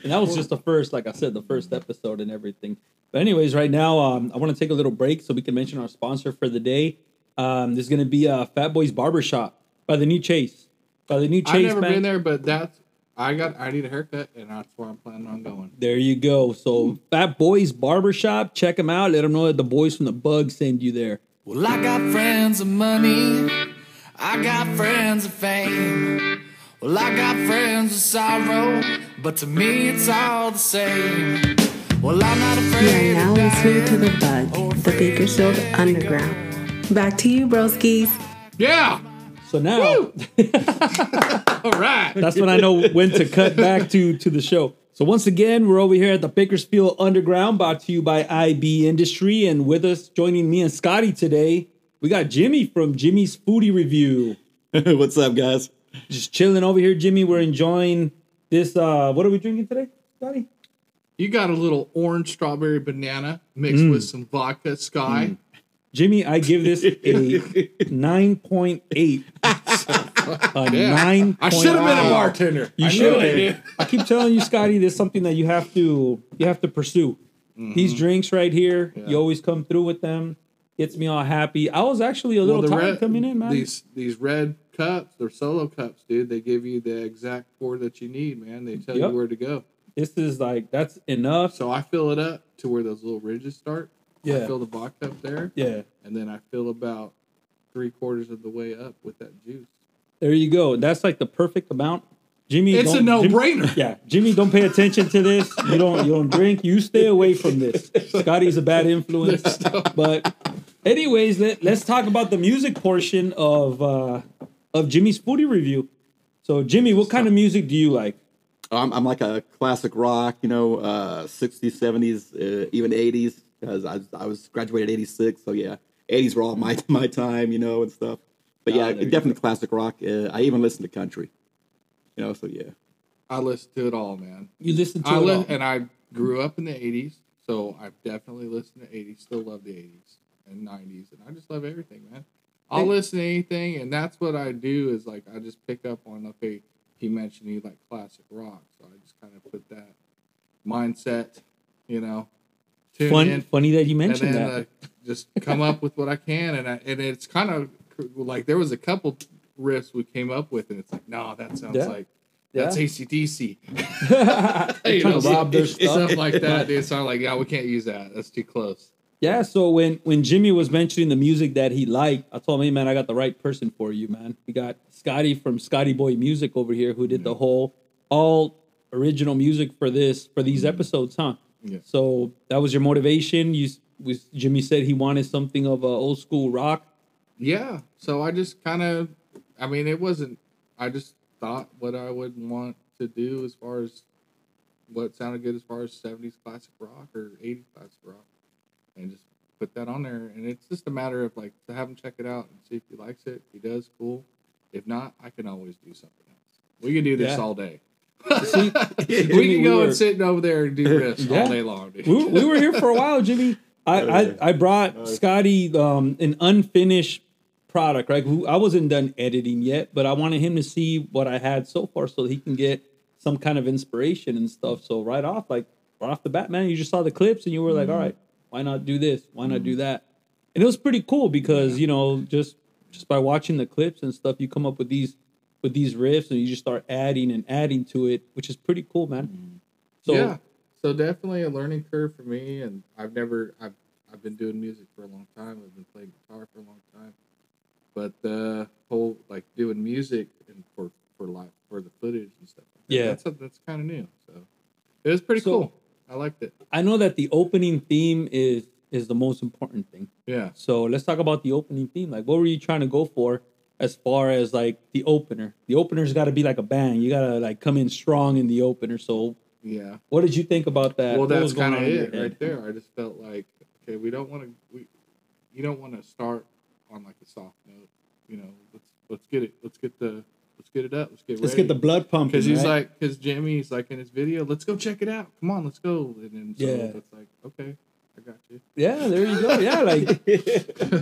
Speaker 3: And that was just the first, like I said, the first episode and everything. But anyways, right now um, I want to take a little break so we can mention our sponsor for the day. Um, there's gonna be a Fat Boys Barbershop by the new Chase. By the new Chase.
Speaker 4: I've never
Speaker 3: man.
Speaker 4: been there, but that's I got I need a haircut, and that's where I'm planning on going.
Speaker 3: There you go.
Speaker 4: Hmm.
Speaker 3: So Fat Boys Barbershop, check them out. Let them know that the boys from the Bug send you there.
Speaker 2: Well, I got friends of money. I got friends of fame. Well, I got friends of sorrow. But to me, it's all the same. Well, I'm not
Speaker 7: You
Speaker 2: afraid
Speaker 7: are now
Speaker 2: of
Speaker 7: listening to
Speaker 2: dying.
Speaker 7: The Bug, the Bakersfield Underground. Back to you, broskies.
Speaker 4: Yeah.
Speaker 3: So now
Speaker 4: All right.
Speaker 3: that's when I know when to cut back to to the show. So once again, we're over here at the Bakersfield Underground, brought to you by IB Industry, and with us joining me and Scotty today, we got Jimmy from Jimmy's Foodie Review.
Speaker 6: *laughs* What's up, guys?
Speaker 3: Just chilling over here, Jimmy. We're enjoying this. uh What are we drinking today, Scotty?
Speaker 4: You got a little orange strawberry banana mixed
Speaker 3: Mm.
Speaker 4: with some vodka sky.
Speaker 3: Jimmy, I give this a nine point eight. A nine.
Speaker 4: I should have been a bartender.
Speaker 3: You
Speaker 4: I knew
Speaker 3: should.
Speaker 4: it, dude.
Speaker 3: I keep telling you, Scotty, there's something that you have to you have to pursue.
Speaker 4: Mm-hmm.
Speaker 3: These drinks right here, you always come through with them. Gets me all happy. I was actually a
Speaker 4: Well,
Speaker 3: little
Speaker 4: the
Speaker 3: tired
Speaker 4: red-
Speaker 3: coming in, man.
Speaker 4: These these red cups, they're solo cups, dude. They give you the exact pour that you need, man. They tell
Speaker 3: Yep.
Speaker 4: you where to go.
Speaker 3: This is like that's enough.
Speaker 4: So I fill it up to where those little ridges start.
Speaker 3: Yeah.
Speaker 4: I fill the vodka up there,
Speaker 3: Yeah,
Speaker 4: and then I fill about three quarters of the way up with that juice.
Speaker 3: there you go. That's like the perfect amount. Jimmy,
Speaker 4: It's a
Speaker 3: don't- Jim- *laughs*
Speaker 4: no-brainer.
Speaker 3: yeah, Jimmy, don't pay attention to this. You don't you don't drink. You stay away from this. Scotty's a bad influence. But anyways, let, let's talk about the music portion of uh of Jimmy's foodie review. So Jimmy, what kind of music do you like?
Speaker 6: I'm, I'm like a classic rock, you know, uh, 60s, 70s, uh, even 80s, because I, I was graduated 86. So yeah, 80s were all my *laughs* my time, you know, and stuff. But yeah,
Speaker 3: there you
Speaker 6: definitely classic rock. Uh, I even listen to country, you know. So yeah,
Speaker 4: I listen to it all, man.
Speaker 3: You listen to
Speaker 4: I
Speaker 3: it
Speaker 4: li-
Speaker 3: all.
Speaker 4: and I grew up in the '80s, so I've definitely listened to '80s. Still love the '80s and '90s, and I just love everything, man. I'll listen to anything, and that's what I do. Is like I just pick up on okay, he mentioned he like classic rock, so I just kind of put that mindset, you know, tune
Speaker 3: Fun,
Speaker 4: in,
Speaker 3: funny that you
Speaker 4: and
Speaker 3: mentioned
Speaker 4: then
Speaker 3: that.
Speaker 4: uh, just come up with what I can, and I, and it's kind of like there was a couple riffs we came up with, and it's like, no, that sounds
Speaker 3: Yeah.
Speaker 4: like.
Speaker 3: *laughs*
Speaker 4: That's *laughs* ACDC.
Speaker 3: They're
Speaker 4: You
Speaker 3: trying to
Speaker 4: know,
Speaker 3: rob their
Speaker 4: it's- it's
Speaker 3: stuff.
Speaker 4: Stuff like that. Dude. It's not like, yeah, we can't use that. That's too close.
Speaker 3: Yeah, so when when Jimmy was mentioning the music that he liked, I told him, hey, man, I got the right person for you, man. We got Scotty from Scotty Boy Music over here who did the whole all original music for this for these episodes, huh?
Speaker 4: Yeah.
Speaker 3: So that was your motivation. You s- was Jimmy said he wanted something of uh, old school rock.
Speaker 4: Yeah. So I just kind of, I mean, it wasn't, I just thought what I would want to do as far as what sounded good as far as 70s classic rock or 80s classic rock and just put that on there. And it's just a matter of like to have him check it out and see if he likes it. If he does, cool. If not, I can always do something else. We can do this
Speaker 3: Yeah. *laughs*
Speaker 4: all day.
Speaker 3: See,
Speaker 4: *laughs* We
Speaker 3: Jimmy,
Speaker 4: can go
Speaker 3: were-
Speaker 4: and sit over there
Speaker 3: *laughs*
Speaker 4: and do riffs
Speaker 3: Yeah.
Speaker 4: all day long. Dude.
Speaker 3: we, were- we were here for a while, Jimmy. I, I, I brought Scotty um, an unfinished product, right? Who- I wasn't done editing yet, but I wanted him to see what I had so far so he can get some kind of inspiration and stuff. So right off, like right off the bat, man, you just saw the clips and you were like, all right, why not do this? Why not do that? And it was pretty cool because, you know, just just by watching the clips and stuff, you come up with these with these riffs and you just start adding and adding to it, which is pretty cool, man. So
Speaker 4: yeah. So definitely a learning curve for me, and I've never I've I've been doing music for a long time. I've been playing guitar for a long time, but the whole like doing music and for for live for the footage and stuff. Like that,
Speaker 3: Yeah.
Speaker 4: that's something that's kind of new. So it was pretty
Speaker 3: So-
Speaker 4: cool. I liked it.
Speaker 3: I know that the opening theme is is the most important thing.
Speaker 4: Yeah.
Speaker 3: So let's talk about the opening theme. Like, what were you trying to go for as far as like the opener? The opener's got to be like a bang. You gotta like come in strong in the opener. So
Speaker 4: Yeah.
Speaker 3: what did you think about that?
Speaker 4: Well,
Speaker 3: What was
Speaker 4: that's
Speaker 3: going
Speaker 4: kind of
Speaker 3: on in your
Speaker 4: it right
Speaker 3: head?
Speaker 4: there. I just felt like okay, we don't want to we, you don't want to start on like a soft note. You know, let's let's get it. Let's get the let's get it up. Let's get
Speaker 3: Let's
Speaker 4: ready.
Speaker 3: get the blood pumping.
Speaker 4: Because he's
Speaker 3: right?
Speaker 4: like, because Jimmy's like in his video, let's go check it out. Come on, let's go. And then so
Speaker 3: Yeah.
Speaker 4: it's like, okay, I got you.
Speaker 3: yeah, there you go. Yeah,
Speaker 4: *laughs*
Speaker 3: like,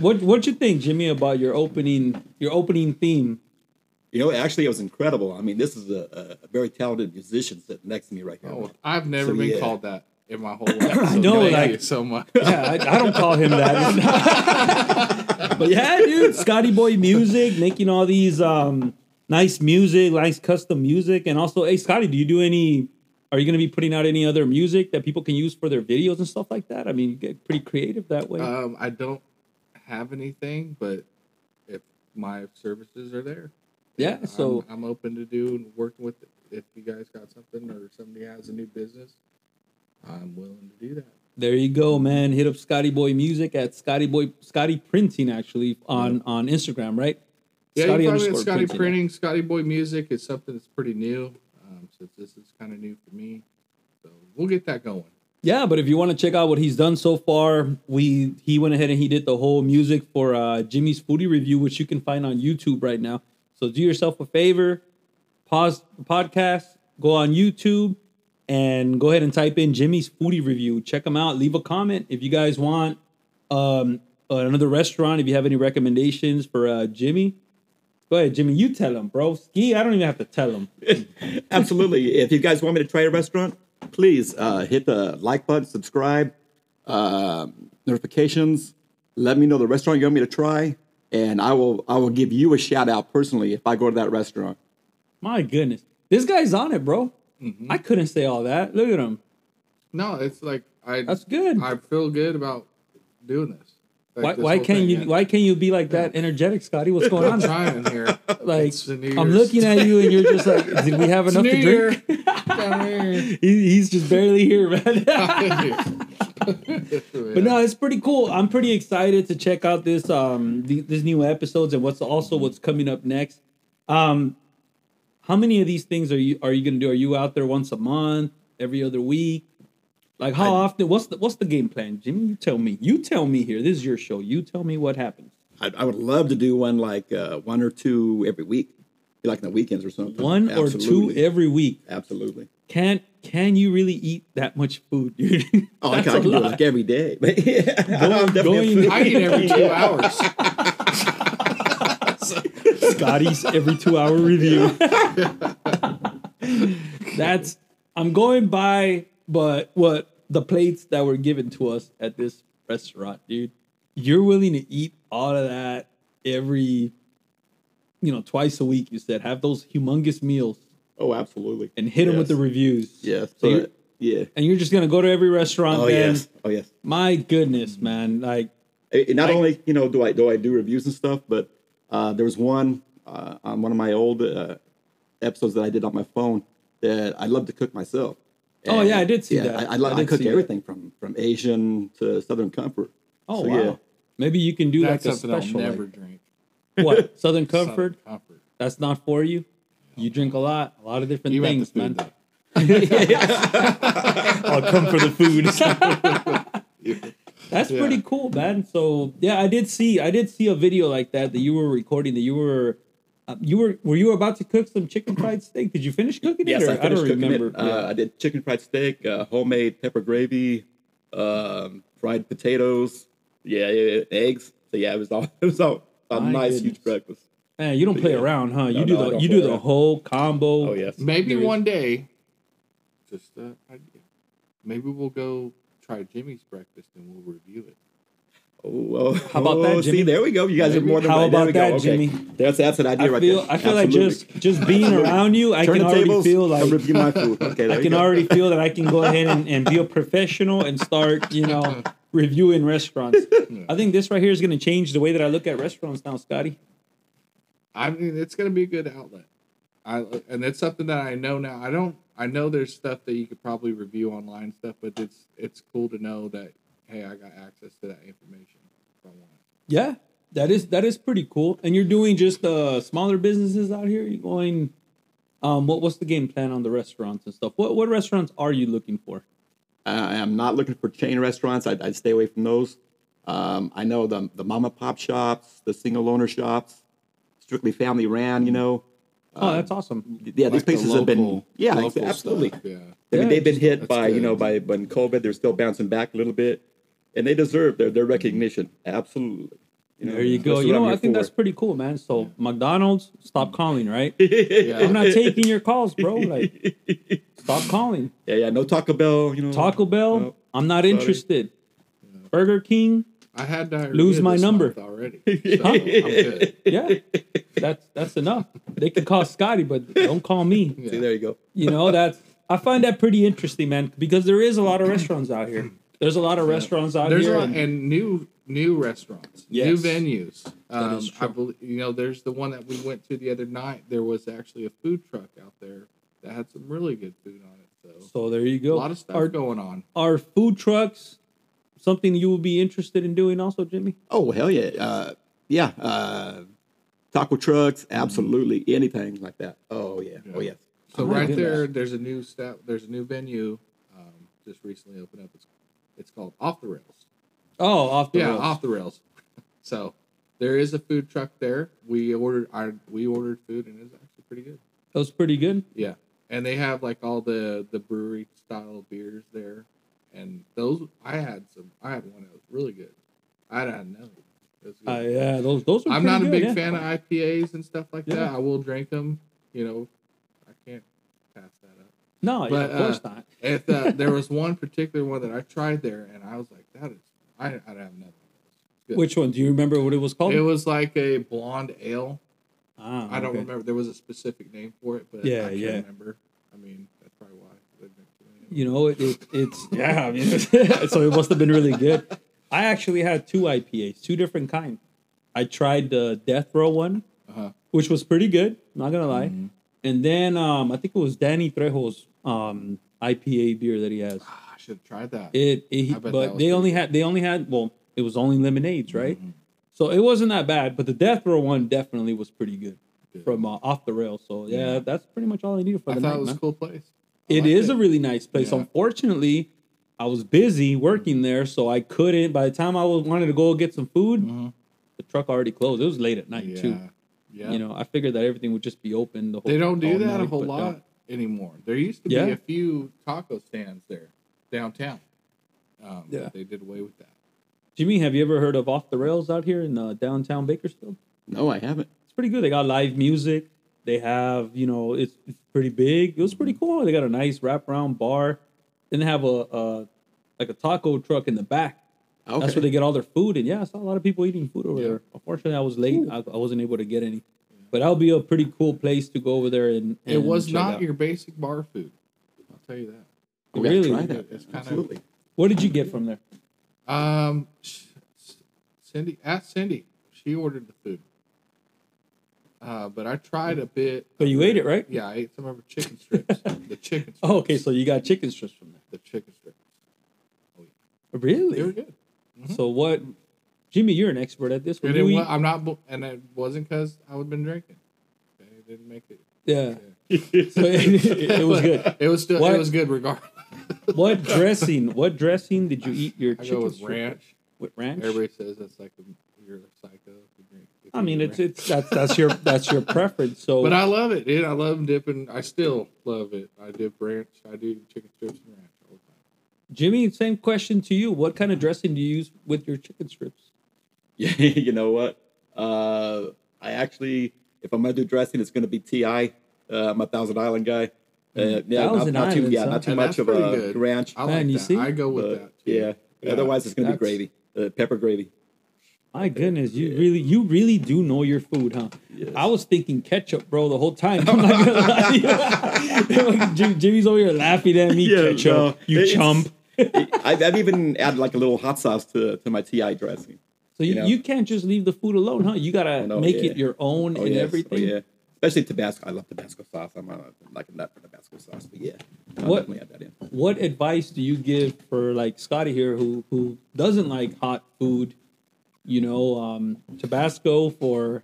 Speaker 3: what what you think, Jimmy, about your opening your opening theme?
Speaker 6: You know, actually, it was incredible. I mean, this is a, a very talented musician sitting next to me right here.
Speaker 4: Oh, I've never
Speaker 6: So,
Speaker 4: been
Speaker 6: yeah.
Speaker 4: called that in my
Speaker 3: *coughs*
Speaker 4: whole life. So
Speaker 3: know,
Speaker 4: thank
Speaker 3: like-
Speaker 4: you so much.
Speaker 3: *laughs* Yeah, I, I don't call him that. *laughs* but yeah, dude, Scotty Boy Music making all these um, nice music, nice custom music, and also, hey, Scotty, do you do any? Are you going to be putting out any other music that people can use for their videos and stuff like that? I mean, you get pretty creative that way.
Speaker 4: Um, I don't have anything, but if my services are there,
Speaker 3: yeah,
Speaker 4: I'm-
Speaker 3: so
Speaker 4: I'm, open to do and working with. If you guys got something or somebody has a new business, I'm willing to do that.
Speaker 3: there you go, man. Hit up Scotty Boy Music at Scotty Boy Scotty Printing actually on on Instagram, right?
Speaker 4: Yeah, you probably
Speaker 3: underscore
Speaker 4: at Scotty
Speaker 3: Printing.
Speaker 4: Printing, Scotty Boy Music is something that's pretty new. Um, since this is kind of new for me, so we'll get that going.
Speaker 3: Yeah, but if you want to check out what he's done so far, we he went ahead and he did the whole music for uh, Jimmy's Foodie Review, which you can find on YouTube right now. So do yourself a favor, pause the podcast, go on YouTube, and go ahead and type in Jimmy's Foodie Review. Check him out. Leave a comment if you guys want um, another restaurant. If you have any recommendations for uh, Jimmy, go ahead, Jimmy. You tell him, bro. Ski. I don't even have to tell him.
Speaker 6: Absolutely. If you guys want me to try a restaurant, please uh, hit the like button, subscribe, uh, notifications. Let me know the restaurant you want me to try, and I will I will give you a shout out personally if I go to that restaurant.
Speaker 3: My goodness, this guy's on it, bro. I couldn't say all that. Look at him.
Speaker 4: No, it's like I.
Speaker 3: That's good.
Speaker 4: I feel good about doing this. Like,
Speaker 3: Why,
Speaker 4: this
Speaker 3: why
Speaker 4: whole
Speaker 3: can't
Speaker 4: thing,
Speaker 3: you
Speaker 4: yeah.
Speaker 3: why can't you be like that energetic, Scotty? What's going on?
Speaker 4: *laughs* I'm *laughs* trying here.
Speaker 3: *laughs* Like
Speaker 4: It's the New
Speaker 3: I'm
Speaker 4: Year's.
Speaker 3: looking at you and you're just like,
Speaker 4: *laughs*
Speaker 3: did we have
Speaker 4: It's
Speaker 3: enough
Speaker 4: New
Speaker 3: to
Speaker 4: Year.
Speaker 3: drink? *laughs* He, he's just barely here,
Speaker 4: *laughs*
Speaker 3: man. but no, it's pretty cool. I'm pretty excited to check out this um the, these new episodes and what's also what's coming up next. Um, how many of these things are you are you gonna do? Are you out there once a month, every other week? Like how often? What's the what's the game plan, Jimmy? You tell me. You tell me here. This is your show. You tell me what happens.
Speaker 6: I, I would love to do one like uh, one or two every week, like on the weekends or something.
Speaker 3: One or two
Speaker 6: Absolutely.
Speaker 3: every week.
Speaker 6: Absolutely.
Speaker 3: Can can you really eat that much food, dude? *laughs*
Speaker 6: Oh,
Speaker 3: That's
Speaker 6: I can, I
Speaker 3: a
Speaker 6: can do it
Speaker 3: lot.
Speaker 6: like every day. *laughs* I'm
Speaker 3: going-
Speaker 6: definitely a
Speaker 4: I
Speaker 6: food- *laughs*
Speaker 3: *laughs*
Speaker 4: eat every two hours.
Speaker 3: Scotty's every two hour review. *laughs* That's I'm going by but what the plates that were given to us at this restaurant, dude. You're willing to eat all of that every you know, twice a week, you said. Have those humongous meals
Speaker 6: Oh, absolutely.
Speaker 3: and hit them with the
Speaker 6: Yes.
Speaker 3: reviews.
Speaker 6: Yes.
Speaker 3: So you're-
Speaker 6: but- yeah.
Speaker 3: and you're just gonna go to every restaurant
Speaker 6: Oh
Speaker 3: then.
Speaker 6: yes. Oh yes.
Speaker 3: My goodness, man. Like
Speaker 6: I- not only you know do I do I do reviews and stuff, but uh, there was one uh, on one of my old uh, episodes that I did on my phone that I love to cook myself.
Speaker 3: Oh,
Speaker 6: And,
Speaker 3: yeah, I did see that.
Speaker 6: I, I,
Speaker 3: I
Speaker 6: love, I,
Speaker 3: did
Speaker 6: cook
Speaker 3: see that.
Speaker 6: everything from from Asian to Southern comfort.
Speaker 3: Oh
Speaker 6: So,
Speaker 3: wow!
Speaker 6: yeah.
Speaker 3: Maybe you can do
Speaker 4: That's
Speaker 3: like a
Speaker 4: something I'll
Speaker 3: special.
Speaker 4: never
Speaker 3: like-
Speaker 4: drink.
Speaker 3: what Southern Comfort?
Speaker 4: Southern Comfort.
Speaker 3: That's not for you. You drink a lot, a lot of different
Speaker 4: You meant the
Speaker 3: things,
Speaker 4: food,
Speaker 3: man. *laughs*
Speaker 4: though.
Speaker 3: I'll come for the *laughs* food. That's
Speaker 4: Yeah.
Speaker 3: pretty cool, man. So yeah, I did see I did see a video like that that you were recording that you were. uh, You were were you about to cook some chicken fried steak? Did you finish cooking
Speaker 6: Yes,
Speaker 3: it? Or?
Speaker 6: I, finished
Speaker 3: don't
Speaker 6: cooking
Speaker 3: remember.
Speaker 6: it. Uh, I did chicken fried steak, uh, homemade pepper gravy, um, fried potatoes, yeah, yeah, yeah, eggs. So yeah, it was all *laughs* it was all a
Speaker 3: My
Speaker 6: nice
Speaker 3: goodness.
Speaker 6: huge breakfast.
Speaker 3: Man, you don't play
Speaker 6: yeah.
Speaker 3: around, huh? You
Speaker 6: No,
Speaker 3: do
Speaker 6: no, I
Speaker 3: the
Speaker 6: don't
Speaker 3: you
Speaker 6: play
Speaker 3: do the
Speaker 6: around.
Speaker 3: whole combo.
Speaker 6: Oh yes.
Speaker 4: Maybe
Speaker 3: There is-
Speaker 4: one day, just an idea. Maybe we'll go try Jimmy's breakfast and we'll review it.
Speaker 6: Oh, well, how
Speaker 3: about that, Jimmy?
Speaker 6: See, there we go. You guys are more than
Speaker 3: How
Speaker 6: right.
Speaker 3: about
Speaker 6: there
Speaker 3: that,
Speaker 6: we go.
Speaker 3: Jimmy?
Speaker 6: That's that's an idea
Speaker 3: I
Speaker 6: right
Speaker 3: feel
Speaker 6: there.
Speaker 3: I feel like
Speaker 6: Absolutely.
Speaker 3: just just being around you, I
Speaker 6: Turn
Speaker 3: can
Speaker 6: the
Speaker 3: already
Speaker 6: tables,
Speaker 3: feel like
Speaker 6: I'll review my
Speaker 3: *laughs*
Speaker 6: food. Okay, there
Speaker 3: I
Speaker 6: you
Speaker 3: can
Speaker 6: go.
Speaker 3: already feel that I can go ahead and, and be a professional and start, you
Speaker 6: *laughs*
Speaker 3: know, reviewing restaurants. I think this right here is going to change the way that I look at restaurants now, Scotty.
Speaker 4: I mean, it's going to be a good outlet. I and it's something that I know now. I don't. I know there's stuff that you could probably review online stuff, but it's it's cool to know that hey, I got access to that information if I want.
Speaker 3: Yeah, that is that is pretty cool. And you're doing just uh, smaller businesses out here. You're going. Um, what what's the game plan on the restaurants and stuff? What what restaurants are you looking for?
Speaker 6: I am not looking for chain restaurants. I'd, I'd stay away from those. Um, I know the the mama pop shops, the single owner shops, strictly family ran. You know,
Speaker 3: Oh, that's
Speaker 6: Um,
Speaker 3: awesome.
Speaker 6: yeah, these
Speaker 4: Like the
Speaker 6: places have been
Speaker 4: local-
Speaker 6: yeah,
Speaker 4: local stuff,
Speaker 6: absolutely.
Speaker 4: Yeah.
Speaker 6: I mean,
Speaker 3: Yeah,
Speaker 6: they've been hit
Speaker 4: that's
Speaker 6: by you
Speaker 4: good.
Speaker 6: know by when COVID. They're still bouncing back a little bit, and they deserve their their recognition. Absolutely.
Speaker 3: there you go.
Speaker 5: that's what
Speaker 3: You know,
Speaker 5: I'm
Speaker 3: what? I
Speaker 5: here
Speaker 3: think
Speaker 5: for.
Speaker 3: that's pretty cool, man. So McDonald's, stop calling, right?
Speaker 4: Yeah.
Speaker 3: *laughs* I'm
Speaker 4: *laughs*
Speaker 3: not taking your calls, bro. Like, stop calling.
Speaker 6: Yeah, yeah. No Taco Bell. You know.
Speaker 3: Taco Bell,
Speaker 4: Oh,
Speaker 6: No.
Speaker 3: I'm not interested. Burger King,
Speaker 4: I had diarrhea
Speaker 3: Lose my
Speaker 4: this
Speaker 3: number.
Speaker 4: month already. So I'm good.
Speaker 3: yeah,
Speaker 4: *laughs*
Speaker 3: that's that's enough. They can call Scotty, but don't call me.
Speaker 6: See, there you go.
Speaker 3: You know, that's I find that pretty interesting, man, because there is a lot of restaurants out here. There's a lot of restaurants out
Speaker 4: There's
Speaker 3: here.
Speaker 4: a lot, and new new restaurants,
Speaker 3: Yes.
Speaker 4: new venues. Um,
Speaker 3: is
Speaker 4: I believe you know. There's the one that we went to the other night. There was actually a food truck out there that had some really good food on it. So,
Speaker 3: so there you
Speaker 4: a
Speaker 3: go.
Speaker 4: lot of stuff
Speaker 3: Are,
Speaker 4: going on.
Speaker 3: are food trucks something you would be interested in doing also, Jimmy?
Speaker 6: Oh hell yeah, uh, yeah. Uh, taco trucks, absolutely anything like that. Oh Mm-hmm. yeah, oh yes.
Speaker 4: So
Speaker 3: I'm not
Speaker 4: right
Speaker 3: doing
Speaker 4: there, there's a new step. There's a new venue um, just recently opened up. It's it's called Off the Rails.
Speaker 3: Oh, off the
Speaker 4: yeah,
Speaker 3: rails.
Speaker 4: off the rails. *laughs* So there is a food truck there. We ordered our we ordered food and it was actually pretty good.
Speaker 3: That was pretty good.
Speaker 4: Yeah, and they have like all the the brewery style beers there, and those I had some. I had one that was really good. I had another. It was good.
Speaker 3: Uh, yeah, those those are
Speaker 4: I'm not a
Speaker 3: pretty
Speaker 4: big
Speaker 3: good, yeah.
Speaker 4: fan of IPAs and stuff like that.
Speaker 3: Yeah.
Speaker 4: I will drink them. You know, I can't pass that up.
Speaker 3: No, yeah,
Speaker 4: but,
Speaker 3: of course
Speaker 4: uh,
Speaker 3: not.
Speaker 4: If uh, there was one particular one that I tried there, and I was like, "That is," I, I don't have another. Good.
Speaker 3: Which one? Do you remember what it was called?
Speaker 4: It was like a blonde ale.
Speaker 3: Um, Ah,
Speaker 4: I don't
Speaker 3: okay.
Speaker 4: remember. There was a specific name for it, but
Speaker 3: Yeah,
Speaker 4: I can't
Speaker 3: yeah.
Speaker 4: remember. I mean, that's probably why. I didn't drink too many.
Speaker 3: you know it, it
Speaker 4: *laughs*
Speaker 3: it's yeah I mean, *laughs* so it must have been really good i actually had two ipas two different kinds i tried the death row one
Speaker 4: Uh-huh. Mm-hmm.
Speaker 3: which was pretty good not gonna lie and then um i think it was danny trejo's um ipa beer that he
Speaker 4: *sighs*
Speaker 3: has
Speaker 4: Ah, I should have tried that.
Speaker 3: it, it-
Speaker 4: I bet that
Speaker 3: but
Speaker 4: was
Speaker 3: they
Speaker 4: pretty Mm-hmm.
Speaker 3: only had they only had well it was only lemonades right so it wasn't that bad but the death row one definitely was pretty good from uh, off the rails so yeah, that's pretty much all i needed for
Speaker 4: I
Speaker 3: the
Speaker 4: thought
Speaker 3: night
Speaker 4: it was
Speaker 3: man.
Speaker 4: a cool place. I
Speaker 3: It
Speaker 4: liked
Speaker 3: is a really nice place.
Speaker 4: Yeah.
Speaker 3: Unfortunately, I was busy working there, so I couldn't. By the time I was wanted to go get some food, the truck already closed. It was late at night
Speaker 4: Mm-hmm. yeah.
Speaker 3: too.
Speaker 4: Yeah.
Speaker 3: You know, I figured that everything would just be open. The whole
Speaker 4: they don't
Speaker 3: all
Speaker 4: do that a
Speaker 3: night,
Speaker 4: whole
Speaker 3: but, uh,
Speaker 4: lot anymore. There used to
Speaker 3: Yeah.
Speaker 4: be a few taco stands there downtown. Um,
Speaker 3: Yeah.
Speaker 4: They did away with that.
Speaker 3: Jimmy, have you ever heard of Off the Rails out here in uh, downtown Bakersfield?
Speaker 6: No, I haven't.
Speaker 3: It's pretty good. They got live music. They have, you know, it's, it's pretty big. It was pretty cool. They got a nice wraparound bar. Then they have a, a like a taco truck in the back.
Speaker 6: Okay.
Speaker 3: That's where they get all their food. And yeah, I saw a lot of people eating food over
Speaker 4: Ah, Yeah.
Speaker 3: there. Unfortunately, I was late. I, I wasn't able to get any. But that'll be a pretty cool place to go over there and.
Speaker 4: it
Speaker 3: and
Speaker 4: was
Speaker 3: check
Speaker 4: not
Speaker 3: out.
Speaker 4: your basic bar food. I'll tell you that.
Speaker 6: We gotta
Speaker 3: really?
Speaker 6: Try that.
Speaker 4: It's kinda-
Speaker 6: absolutely.
Speaker 3: What did you get from there?
Speaker 4: Um, sh- Cindy, ask Cindy. She ordered the food. Uh, but I tried a bit.
Speaker 3: But you ate it, right?
Speaker 4: Yeah, I ate some of her chicken
Speaker 3: *laughs*
Speaker 4: strips. the chicken strips.
Speaker 3: Oh, okay, so you got chicken strips from there.
Speaker 4: the chicken strips.
Speaker 3: Really?
Speaker 4: They were good.
Speaker 3: So what? Jimmy, you're an expert at this. What
Speaker 4: And
Speaker 3: do
Speaker 4: it
Speaker 3: you
Speaker 4: wa-
Speaker 3: eat?
Speaker 4: I'm not, bu- and it wasn't because I had been drinking. Okay, it didn't make it. *laughs*
Speaker 3: yeah. so *laughs* it, it was good.
Speaker 4: It was still,
Speaker 3: What-
Speaker 4: it was good regardless. *laughs*
Speaker 3: What dressing? What dressing did you eat your
Speaker 4: I
Speaker 3: chicken
Speaker 4: go with
Speaker 3: strip
Speaker 4: ranch.
Speaker 3: With ranch?
Speaker 4: Everybody says that's like a, you're a psycho. If you drink, if
Speaker 3: I
Speaker 4: you
Speaker 3: mean,
Speaker 4: drink
Speaker 3: it's
Speaker 4: ranch.
Speaker 3: it's that's that's your that's your preference. So
Speaker 4: But I love it, dude. I love dipping. I still love it. I dip ranch. I do chicken strips and ranch all the time.
Speaker 3: Jimmy, same question to you. What kind of dressing do you use with your chicken strips?
Speaker 6: *laughs* Yeah, you know what? Uh, I actually, if I'm gonna do dressing, it's gonna be Ti. Uh, I'm a Thousand Island guy. Uh, yeah, not,
Speaker 3: Mm. Thousand
Speaker 6: not too,
Speaker 3: Islands,
Speaker 6: yeah,
Speaker 3: huh?
Speaker 6: not too
Speaker 4: And
Speaker 6: much
Speaker 4: that's
Speaker 6: of
Speaker 4: pretty
Speaker 6: a
Speaker 4: good.
Speaker 6: ranch,
Speaker 4: I
Speaker 3: Man,
Speaker 4: like
Speaker 3: you
Speaker 4: that.
Speaker 3: see?
Speaker 4: I go with
Speaker 6: but
Speaker 4: that. Too.
Speaker 6: yeah. Otherwise, it's gonna be
Speaker 3: That's-
Speaker 6: gravy, uh, pepper gravy.
Speaker 3: My goodness, you really you really do know your food, huh? I was thinking ketchup, bro, the whole time. I'm not gonna lie *laughs* to you. Jim- Jimmy's over here laughing at me,
Speaker 6: Yeah,
Speaker 3: ketchup,
Speaker 6: no,
Speaker 3: you
Speaker 6: it's-
Speaker 3: chump.
Speaker 6: I've, I've even added like a little hot sauce to, to my Ti dressing.
Speaker 3: So you,
Speaker 6: know.
Speaker 3: you can't just leave the food alone, huh? You gotta
Speaker 6: Oh, no,
Speaker 3: make
Speaker 6: yeah.
Speaker 3: it your own
Speaker 6: Oh
Speaker 3: and
Speaker 6: yes, oh,
Speaker 3: everything.
Speaker 6: yeah, especially Tabasco. I love Tabasco sauce. I'm uh, like a nut for Tabasco sauce, but yeah, I'll
Speaker 3: What-
Speaker 6: definitely add that in.
Speaker 3: What advice do you give for like Scotty here, who who doesn't like hot food? You know, um, Tabasco for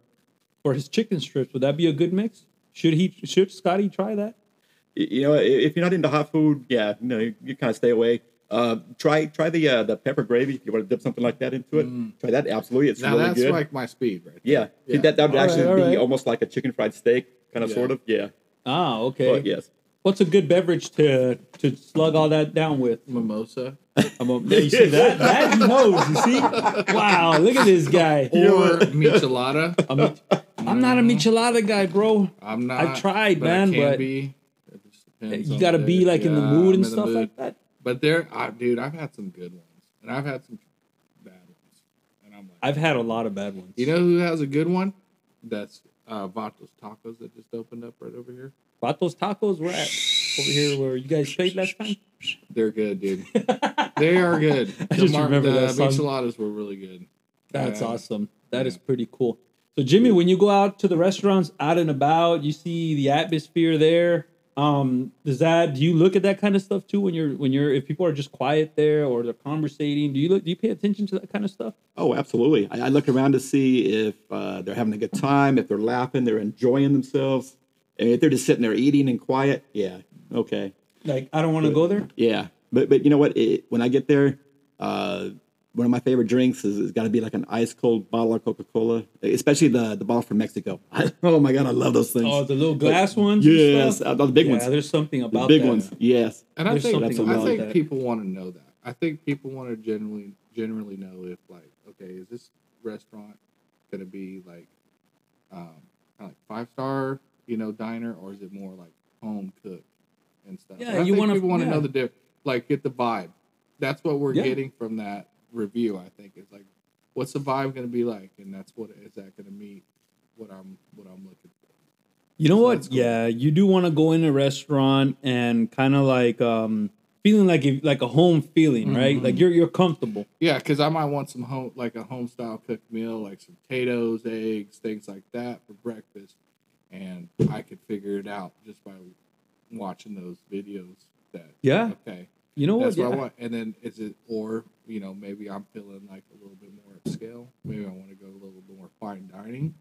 Speaker 3: for his chicken strips. Would that be a good mix? Should he should Scotty try that?
Speaker 6: Y- you know, i- if you're not into hot food, yeah, no, you, you kind of stay away. Uh, try try the uh, the pepper gravy if you want to dip something like that into it. Try that absolutely, it's
Speaker 4: Now
Speaker 6: really
Speaker 4: that's
Speaker 6: good.
Speaker 4: like my speed,
Speaker 3: *laughs*
Speaker 4: right?
Speaker 6: yeah, See,
Speaker 4: Yeah.
Speaker 6: that that would
Speaker 3: All right,
Speaker 6: actually
Speaker 3: all
Speaker 6: be
Speaker 3: right.
Speaker 6: almost like a chicken fried steak, kind of
Speaker 4: Yeah.
Speaker 6: sort of. Yeah,
Speaker 3: Ah, okay.
Speaker 6: but yes,
Speaker 3: What's a good beverage to to slug all that down with? *laughs*
Speaker 4: Mimosa.
Speaker 3: I'm a, you see that? That he knows. You see? Wow! Look at this guy.
Speaker 4: Or michelada.
Speaker 3: *laughs* I'm, a- I'm not a michelada guy, bro.
Speaker 4: I'm not.
Speaker 3: I've tried,
Speaker 4: but
Speaker 3: man,
Speaker 4: I can
Speaker 3: but-
Speaker 4: be. It just depends
Speaker 3: You
Speaker 4: on
Speaker 3: gotta
Speaker 4: the
Speaker 3: be
Speaker 4: day.
Speaker 3: like in the
Speaker 4: Yeah,
Speaker 3: mood
Speaker 4: I'm in
Speaker 3: and
Speaker 4: the
Speaker 3: stuff
Speaker 4: mood.
Speaker 3: like that.
Speaker 4: But there, I, dude, I've had some good ones, and I've had some bad ones, and I'm like,
Speaker 3: I've had a lot of bad ones.
Speaker 4: you know who has a good one? That's uh, Vatos Tacos that just opened up right over here.
Speaker 3: Vatos Tacos, we're at over here where you guys played last time.
Speaker 4: They're good,
Speaker 3: *laughs*
Speaker 4: dude. they are good. The
Speaker 3: just remember
Speaker 4: the
Speaker 3: that song.
Speaker 4: micheladas were really good.
Speaker 3: That's
Speaker 4: Yeah.
Speaker 3: awesome. That is pretty cool. So Jimmy, when you go out to the restaurants, out and about, you see the atmosphere there. Um, does that do you look at that kind of stuff too when you're when you're if people are just quiet there or they're conversating? Do you look do you pay attention to that kind of stuff?
Speaker 6: Oh, absolutely. I, I look around to see if uh, they're having a good time, if they're laughing, they're enjoying themselves. And if they're just sitting there eating and quiet, yeah, okay,
Speaker 3: Like I don't want to go there.
Speaker 6: yeah. But but you know what? It, when I get there, uh, one of my favorite drinks is, is got to be like an ice cold bottle of Coca Cola, especially the the bottle from Mexico. *laughs* oh my god, I love those things.
Speaker 3: Oh, the little glass ones. and
Speaker 6: yes,
Speaker 3: stuff?
Speaker 6: uh, the big
Speaker 3: yeah,
Speaker 6: ones, the
Speaker 3: there's something about
Speaker 6: big
Speaker 3: that.
Speaker 6: ones. Yes,
Speaker 4: And I
Speaker 3: There's
Speaker 4: think
Speaker 3: something
Speaker 4: I
Speaker 3: about
Speaker 4: think
Speaker 3: that.
Speaker 4: people want to know that. I think people want to generally generally know if like, okay, is this restaurant gonna be like um kind of like five star, you know, diner, or is it more like home cooked and stuff?
Speaker 3: Yeah,
Speaker 4: And I
Speaker 3: you
Speaker 4: think
Speaker 3: wanna-
Speaker 4: people want to
Speaker 3: yeah.
Speaker 4: know the diff like get the vibe. That's what we're
Speaker 3: Yeah.
Speaker 4: getting from that review, I think. It's like what's the vibe gonna be like? And that's what is that gonna meet what I'm what I'm looking for.
Speaker 3: You know
Speaker 4: So
Speaker 3: what?
Speaker 4: that's cool.
Speaker 3: Yeah, you do want to go in a restaurant and kind of like um feeling like if, like a home feeling,
Speaker 4: Mm-hmm.
Speaker 3: right? Like you're you're comfortable.
Speaker 4: Yeah, because I might want some home, like a home style cooked meal, like some potatoes, eggs, things like that for breakfast, and I could figure it out just by watching those videos. That
Speaker 3: Yeah.
Speaker 4: okay,
Speaker 3: You know
Speaker 4: that's
Speaker 3: what?
Speaker 4: what I
Speaker 3: Yeah.
Speaker 4: want. And then is it, or you know, maybe I'm feeling like a little bit more upscale. Maybe I want to go a little bit more fine dining.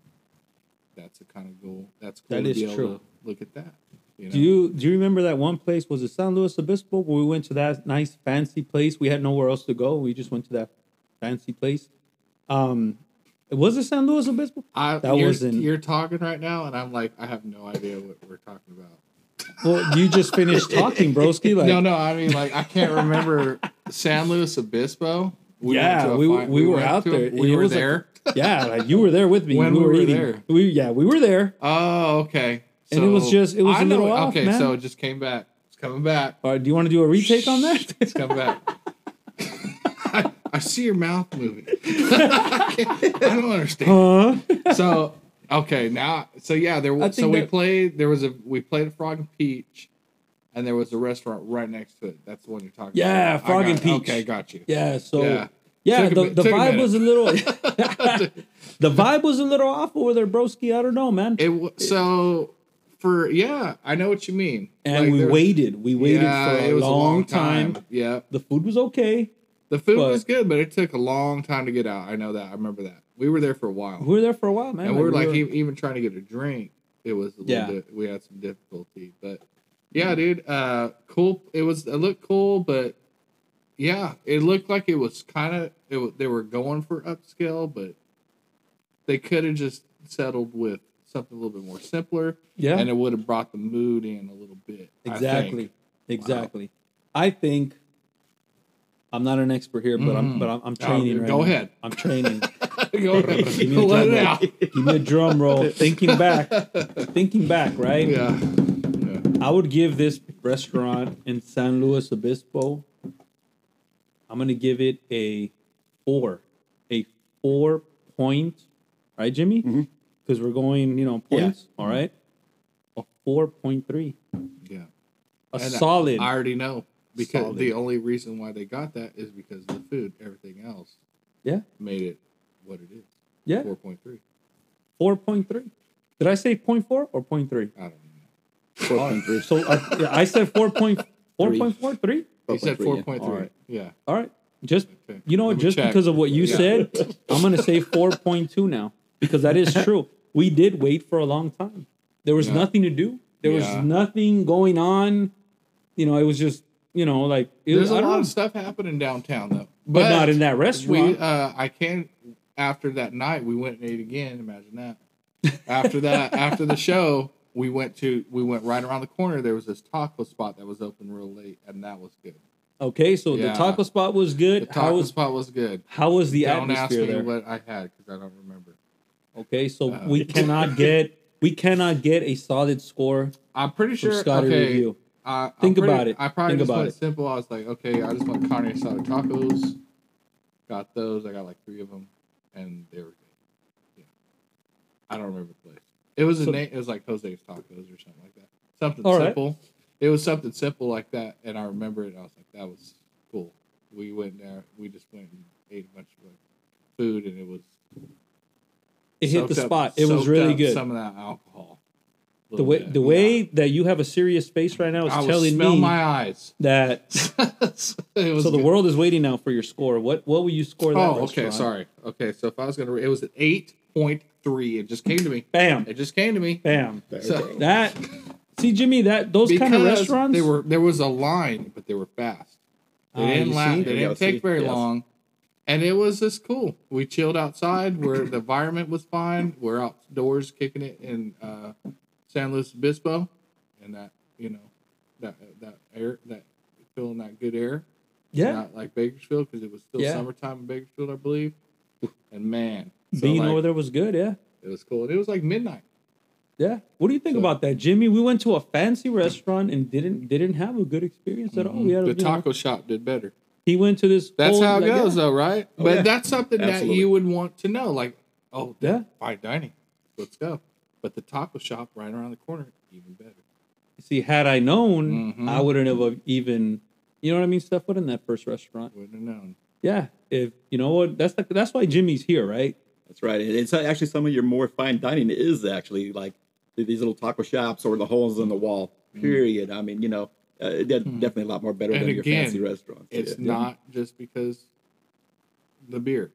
Speaker 4: That's a kind of goal. That's cool
Speaker 3: That
Speaker 4: to
Speaker 3: is
Speaker 4: be able
Speaker 3: true.
Speaker 4: to look at that. You know?
Speaker 3: Do you do you remember that one place? Was it San Luis Obispo where we went to that nice fancy place? We had nowhere else to go. We just went to that fancy place. Um, was it San Luis Obispo?
Speaker 4: I,
Speaker 3: that
Speaker 4: you're,
Speaker 3: was in-
Speaker 4: you're talking right now, and I'm like, I have no idea what we're talking about.
Speaker 3: Well, you just finished talking, broski. Like,
Speaker 4: *laughs* no, no. I mean, like I
Speaker 3: *laughs*
Speaker 4: can't remember San Luis Obispo. We
Speaker 3: Yeah,
Speaker 4: to a
Speaker 3: we-
Speaker 4: fi-
Speaker 3: we were
Speaker 4: went
Speaker 3: out
Speaker 4: to a-
Speaker 3: there, and
Speaker 4: we
Speaker 3: it
Speaker 4: were
Speaker 3: was like-
Speaker 4: there.
Speaker 3: yeah, like you were there with me.
Speaker 4: When
Speaker 3: we
Speaker 4: we
Speaker 3: were
Speaker 4: were
Speaker 3: eating.
Speaker 4: there.
Speaker 3: We yeah, we were there.
Speaker 4: oh, okay.
Speaker 3: And it was just- it was
Speaker 4: I
Speaker 3: a
Speaker 4: know-
Speaker 3: little off,
Speaker 4: okay.
Speaker 3: man.
Speaker 4: So it just came back. It's coming back.
Speaker 3: All right, Uh, do you want to do a retake on
Speaker 4: *laughs*
Speaker 3: that?
Speaker 4: It's coming back. I, I see your mouth moving. *laughs* I don't understand.
Speaker 3: Huh?
Speaker 4: so okay now so yeah there
Speaker 3: I
Speaker 4: was so
Speaker 3: think
Speaker 4: we
Speaker 3: that-
Speaker 4: played there was a we played frog and peach and there was a restaurant right next to it that's the one you're talking
Speaker 3: Yeah,
Speaker 4: about I
Speaker 3: Frog
Speaker 4: got-
Speaker 3: and Peach.
Speaker 4: okay got you
Speaker 3: Yeah, so yeah,
Speaker 4: Yeah. Took a
Speaker 3: the,
Speaker 4: bit-
Speaker 3: the
Speaker 4: took a
Speaker 3: vibe
Speaker 4: minute.
Speaker 3: was a
Speaker 4: *laughs*
Speaker 3: little *laughs* the vibe was a little off over there, broski. I don't know, man.
Speaker 4: it w- so for yeah i know what you mean
Speaker 3: and
Speaker 4: Like,
Speaker 3: we
Speaker 4: there-
Speaker 3: waited. We waited
Speaker 4: yeah,
Speaker 3: for a,
Speaker 4: it was
Speaker 3: long time.
Speaker 4: yeah
Speaker 3: The food was okay.
Speaker 4: the food
Speaker 3: But-
Speaker 4: was good but it took a long time to get out i know that i remember that we were there for a while
Speaker 3: We were there for a while, man.
Speaker 4: and we were like
Speaker 3: were-
Speaker 4: e even trying to get a drink it was a little
Speaker 3: Yeah.
Speaker 4: bit, we had some difficulty but yeah dude uh cool it was it looked cool but yeah it looked like it was kind of it wa- they were going for upscale but they could have just settled with something a little bit more simpler
Speaker 3: Yeah.
Speaker 4: and it would have brought the mood in a little bit I think.
Speaker 3: exactly, exactly. I think I'm not an expert here, but I'm but I'm, I'm
Speaker 4: No,
Speaker 3: training. right
Speaker 4: Mm-hmm. Oh, go
Speaker 3: now.
Speaker 4: ahead.
Speaker 3: I'm
Speaker 4: *laughs*
Speaker 3: training.
Speaker 4: *laughs* Go ahead.
Speaker 3: Give me a
Speaker 4: Let
Speaker 3: drum
Speaker 4: it
Speaker 3: roll.
Speaker 4: out.
Speaker 3: Give me a drum
Speaker 4: *laughs*
Speaker 3: roll. Thinking back, thinking back, right?
Speaker 4: yeah
Speaker 3: I would give this restaurant in San Luis Obispo. I'm gonna give it a four, a four point, right, Jimmy? Because we're going, you know,
Speaker 6: Yeah.
Speaker 3: points. All right, a four point three,
Speaker 4: yeah
Speaker 3: a
Speaker 4: And uh, I-
Speaker 3: solid.
Speaker 4: I already know because
Speaker 3: Solid.
Speaker 4: the only reason why they got that is because of the food. Everything else
Speaker 3: yeah,
Speaker 4: made it what it is.
Speaker 3: yeah,
Speaker 4: Four point three.
Speaker 3: four point three. Did I say point four or point three?
Speaker 4: I don't know.
Speaker 3: So uh, yeah, I said four point four point four three.
Speaker 4: You said four point three.
Speaker 3: Alright.
Speaker 4: Yeah.
Speaker 3: All right, just
Speaker 4: Okay.
Speaker 3: you know what?
Speaker 4: Let me
Speaker 3: Just
Speaker 4: check.
Speaker 3: because of what you
Speaker 4: Yeah.
Speaker 3: said, I'm gonna say four point two now because that is true. We did wait for a long time. There was
Speaker 4: Yeah.
Speaker 3: nothing to do. There
Speaker 4: Yeah.
Speaker 3: was nothing going on. You know, it was just you know like it
Speaker 4: There's
Speaker 3: was, I
Speaker 4: a lot
Speaker 3: don't know,
Speaker 4: of stuff happening downtown though,
Speaker 3: but, not in that restaurant.
Speaker 4: We, uh, I can.
Speaker 3: *laughs*
Speaker 4: After that night, we went and ate again. Imagine that. After that, after the show, we went to we went right around the corner. There was this taco spot that was open real late, and that was good.
Speaker 3: Okay, so the
Speaker 4: Yeah.
Speaker 3: taco spot was good.
Speaker 4: The
Speaker 3: how
Speaker 4: taco
Speaker 3: was
Speaker 4: spot was good.
Speaker 3: how was the
Speaker 4: don't ask
Speaker 3: atmosphere
Speaker 4: me
Speaker 3: there?
Speaker 4: what uh, I had because I don't remember.
Speaker 3: Okay, so we cannot get we cannot get a solid score.
Speaker 4: I'm pretty
Speaker 3: From
Speaker 4: sure.
Speaker 3: Scotty
Speaker 4: okay,
Speaker 3: Review.
Speaker 4: I- I'm
Speaker 3: Think
Speaker 4: pretty-
Speaker 3: about it.
Speaker 4: I probably
Speaker 3: Think
Speaker 4: just
Speaker 3: about
Speaker 4: went
Speaker 3: it.
Speaker 4: simple. I was like, okay, I just want carne asada tacos. Got those. I got like three of them, and they were good. Yeah. I don't remember the place. It was a
Speaker 3: So-
Speaker 4: name. It was like Jose's Tacos or something like that. Something
Speaker 3: All right.
Speaker 4: simple. It was something simple like that, and I remember it. I was like, that was cool. We went there. We just went and ate a bunch of like, food, and it was
Speaker 3: It hit the
Speaker 4: soaked up-
Speaker 3: spot. It was
Speaker 4: soaked
Speaker 3: really
Speaker 4: up
Speaker 3: good.
Speaker 4: Some of that alcohol.
Speaker 3: the way the way that you have a serious face right now is
Speaker 4: I was
Speaker 3: telling
Speaker 4: smell
Speaker 3: me
Speaker 4: my eyes. *laughs*
Speaker 3: that.
Speaker 4: it was
Speaker 3: So the
Speaker 4: good.
Speaker 3: world is waiting now for your score. What what will you score? That
Speaker 4: Oh, okay.
Speaker 3: restaurant?
Speaker 4: Sorry. Okay. So if I was gonna, re- it was an eight point three. It just came to me.
Speaker 3: Bam.
Speaker 4: It just came to me.
Speaker 3: Bam.
Speaker 4: So
Speaker 3: That see Jimmy that those kind of
Speaker 4: because
Speaker 3: restaurants
Speaker 4: they were there was a line, but they were fast. They
Speaker 3: Ah,
Speaker 4: didn't
Speaker 3: you
Speaker 4: last.
Speaker 3: see?
Speaker 4: They
Speaker 6: Yeah,
Speaker 4: didn't
Speaker 6: see?
Speaker 4: take very
Speaker 6: Yes.
Speaker 4: long, and it was just cool. We chilled outside where the environment was fine. We're outdoors kicking it in uh, San Luis Obispo, and that you know that that air that feeling that good air
Speaker 3: yeah
Speaker 4: not like Bakersfield because it was still
Speaker 3: Yeah.
Speaker 4: summertime in Bakersfield, I believe. And man, so
Speaker 3: being
Speaker 4: like,
Speaker 3: over there was good. Yeah.
Speaker 4: it was cool. And it was like midnight.
Speaker 3: Yeah. What do you think
Speaker 4: So-
Speaker 3: about that, Jimmy? We went to a fancy restaurant and didn't didn't have a good experience at all. We had a,
Speaker 4: Mm-hmm. The
Speaker 3: you know,
Speaker 4: taco shop did better.
Speaker 3: He went to this.
Speaker 4: That's
Speaker 3: old,
Speaker 4: how it
Speaker 3: like,
Speaker 4: goes,
Speaker 3: Yeah.
Speaker 4: though, right? but
Speaker 6: yeah.
Speaker 4: that's something
Speaker 6: Absolutely.
Speaker 4: that you would want to know. Like, oh,
Speaker 3: Yeah.
Speaker 4: yeah, fine dining, let's go. But the taco shop right around the corner, even better.
Speaker 3: See, had I known,
Speaker 4: Mhm.
Speaker 3: I wouldn't have even. You know what I mean? Steph went in that first restaurant.
Speaker 4: Wouldn't have known.
Speaker 3: Yeah. If you know what, that's the, that's why Jimmy's here, right?
Speaker 6: That's right. And It's actually some of your more fine dining is actually like these little taco shops or the holes in the wall. Period. I mean, you know, uh, they're definitely a lot more better
Speaker 4: Mm-hmm. And
Speaker 6: than your
Speaker 4: again,
Speaker 6: fancy restaurants.
Speaker 4: It's
Speaker 6: Yeah.
Speaker 4: not just because the beer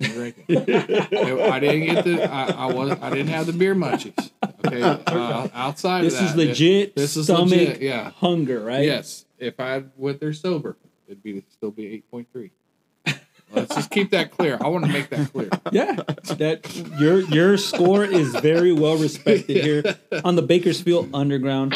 Speaker 4: and drinking. I didn't get the. I, I was. I didn't have the beer munchies. Okay, uh, outside
Speaker 3: This
Speaker 4: of that,
Speaker 3: is legit.
Speaker 4: This is
Speaker 3: stomach
Speaker 4: legit. Yeah.
Speaker 3: Hunger, right?
Speaker 4: Yes. If I went there sober, it'd be still be eight point three. Let's just keep that clear. I want to make that clear.
Speaker 3: Yeah. That your your score is very well respected
Speaker 4: *laughs*
Speaker 3: here on the Bakersfield Underground.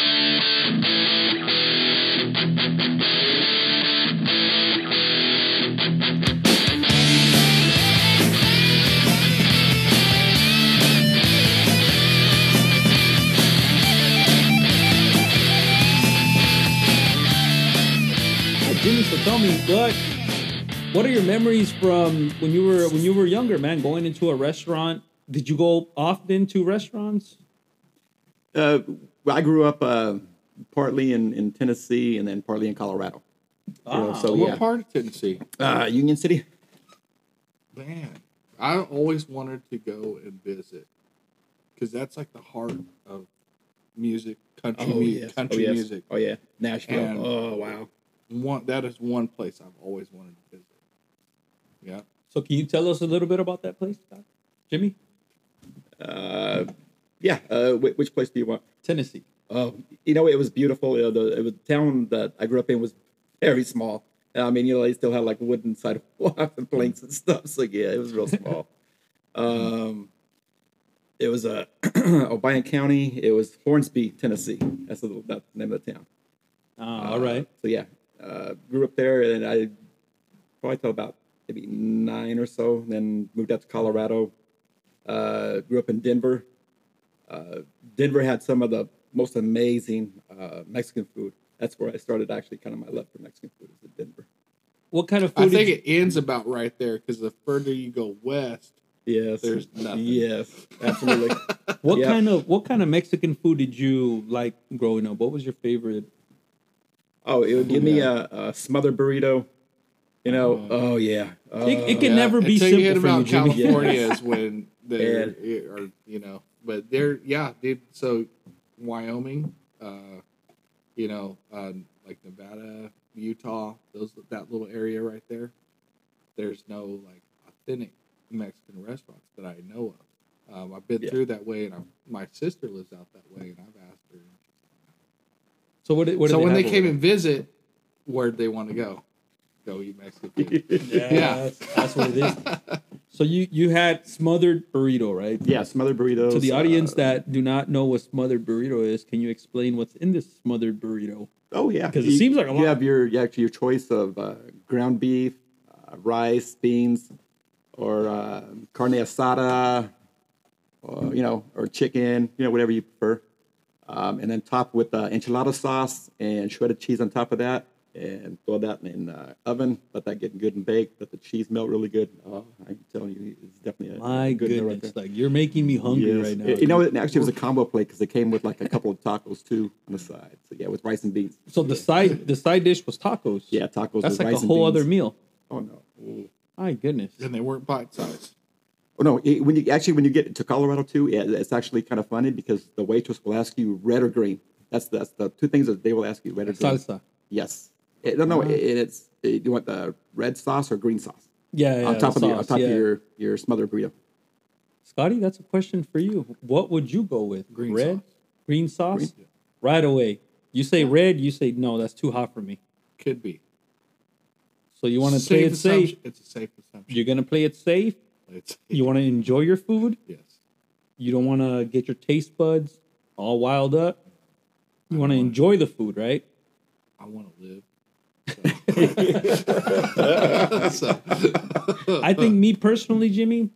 Speaker 3: Hey, Jimmy, so tell me what what are your memories from when you were when you were younger, man? Going into a restaurant. Did you go often to restaurants?
Speaker 6: Uh, well, I grew up uh, partly in, in Tennessee and then partly in Colorado. You know, so
Speaker 4: What
Speaker 6: yeah,
Speaker 4: part of Tennessee?
Speaker 6: uh, Union City.
Speaker 4: Man, I always wanted to go and visit because that's like the heart of music, country, mu-
Speaker 6: Oh, yes.
Speaker 4: country
Speaker 6: yes.
Speaker 4: music.
Speaker 6: Oh yeah, Nashville.
Speaker 4: And-
Speaker 6: oh wow.
Speaker 4: One that is one place I've always wanted to visit. Yeah.
Speaker 3: So can you tell us a little bit about that place, Doc? Jimmy?
Speaker 6: Uh, yeah. Uh, wh- which place do you want?
Speaker 3: Tennessee.
Speaker 6: Oh, you know, it was beautiful. You know, the, it was, the town that I grew up in was very small. And, I mean, you know, they still had like wooden sidewalks and planks and stuff. So yeah, it was
Speaker 4: *laughs*
Speaker 6: real small.
Speaker 4: Mm-hmm.
Speaker 6: um, it was uh, *clears throat* Obion County. It was Hornsby, Tennessee. That's the, that's the name of the town.
Speaker 3: Ah, all right.
Speaker 6: So yeah, uh, grew up there, and I probably till about maybe nine or so. Then moved out to Colorado. Uh, grew up in Denver. Uh, Denver had some of the most amazing uh, Mexican food. That's where I started actually kind of my love for Mexican food is in Denver.
Speaker 3: What kind of food?
Speaker 4: I
Speaker 3: did
Speaker 4: think
Speaker 3: you-
Speaker 4: it ends about right there because the further you go west,
Speaker 6: Yes,
Speaker 4: There's nothing.
Speaker 6: Yes,
Speaker 4: *laughs*
Speaker 6: absolutely.
Speaker 3: what
Speaker 6: yeah.
Speaker 3: kind of what kind of Mexican food did you like growing up? What was your favorite?
Speaker 6: oh, it would give me a, a smother burrito. You know, oh yeah, oh,
Speaker 3: It, it can
Speaker 4: Uh, Yeah,
Speaker 3: never be
Speaker 4: until
Speaker 3: simple
Speaker 4: you hit
Speaker 3: for
Speaker 4: about
Speaker 3: you, Jimmy.
Speaker 4: California is when they're
Speaker 6: Man.
Speaker 4: it- or you know, but they're yeah, dude. So Wyoming, uh, you know, uh, like Nevada, Utah, those that little area right there. There's no like authentic Mexican restaurants that I know of. Um, I've been
Speaker 6: Yeah.
Speaker 4: through that way, and I'm, my sister lives out that way, and I've asked her.
Speaker 3: *laughs* So what? did- what did
Speaker 4: so when they
Speaker 3: have
Speaker 4: came
Speaker 3: over
Speaker 4: and visit, where'd they want to go? Go eat Mexican food.
Speaker 3: *laughs* there? yeah,
Speaker 4: yeah.
Speaker 3: That's, that's what it is. So you you had smothered burrito, right?
Speaker 6: Yeah, smothered burritos.
Speaker 3: To the audience
Speaker 6: uh,
Speaker 3: that do not know what smothered burrito is, can you explain what's in this smothered burrito?
Speaker 6: oh yeah,
Speaker 3: 'Cause it
Speaker 6: You-
Speaker 3: seems like a
Speaker 6: You
Speaker 3: lot.
Speaker 6: have your you actually your choice of uh, ground beef, uh, rice, beans, or uh, carne asada, or you know, or chicken, you know, whatever you prefer, um, and then top with uh, enchilada sauce and shredded cheese on top of that. And throw that in the oven. Let that get good and baked. Let the cheese melt really good. Oh, I'm telling you, it's definitely a
Speaker 3: My
Speaker 6: good meal right
Speaker 3: goodness,
Speaker 6: there.
Speaker 3: like you're making me hungry
Speaker 6: Yes.
Speaker 3: right now.
Speaker 6: You know, it actually was a combo plate because it came with like a couple of tacos too on the side. So yeah, with rice and beans.
Speaker 3: so the side the side dish was tacos.
Speaker 6: Yeah, tacos.
Speaker 3: that's
Speaker 6: with
Speaker 3: like
Speaker 6: rice
Speaker 3: a
Speaker 6: and
Speaker 3: whole
Speaker 6: beans.
Speaker 3: other meal.
Speaker 6: Oh no.
Speaker 3: My goodness.
Speaker 4: and they weren't bite sized.
Speaker 6: Oh no! it- when you actually when you get to Colorado too, yeah, it's actually kind of funny because the waitress will ask you red or green. That's that's the two things that they will ask you: red or green.
Speaker 3: Salsa. Uh-huh.
Speaker 6: Yes. It, no, no. It, it's it, you want the red sauce or green sauce
Speaker 3: Yeah, yeah.
Speaker 6: on top
Speaker 3: the
Speaker 6: of your on
Speaker 3: sauce,
Speaker 6: top
Speaker 3: yeah.
Speaker 6: of your your smothered burrito.
Speaker 3: Scotty, that's a question for you. What would you go with?
Speaker 4: Green
Speaker 3: red,
Speaker 4: sauce.
Speaker 3: green sauce,
Speaker 6: Green-
Speaker 3: right away. You say red, you say no. That's too hot for me.
Speaker 4: Could be.
Speaker 3: So you want to play it safe.
Speaker 4: assumption- It's a safe assumption.
Speaker 3: You're gonna play it safe.
Speaker 4: It's,
Speaker 3: You want to enjoy your food.
Speaker 4: yes.
Speaker 3: You don't want to get your taste buds all wild up. You want to enjoy the food, right?
Speaker 4: I want to live. So. So-
Speaker 3: I think me personally, Jimmy,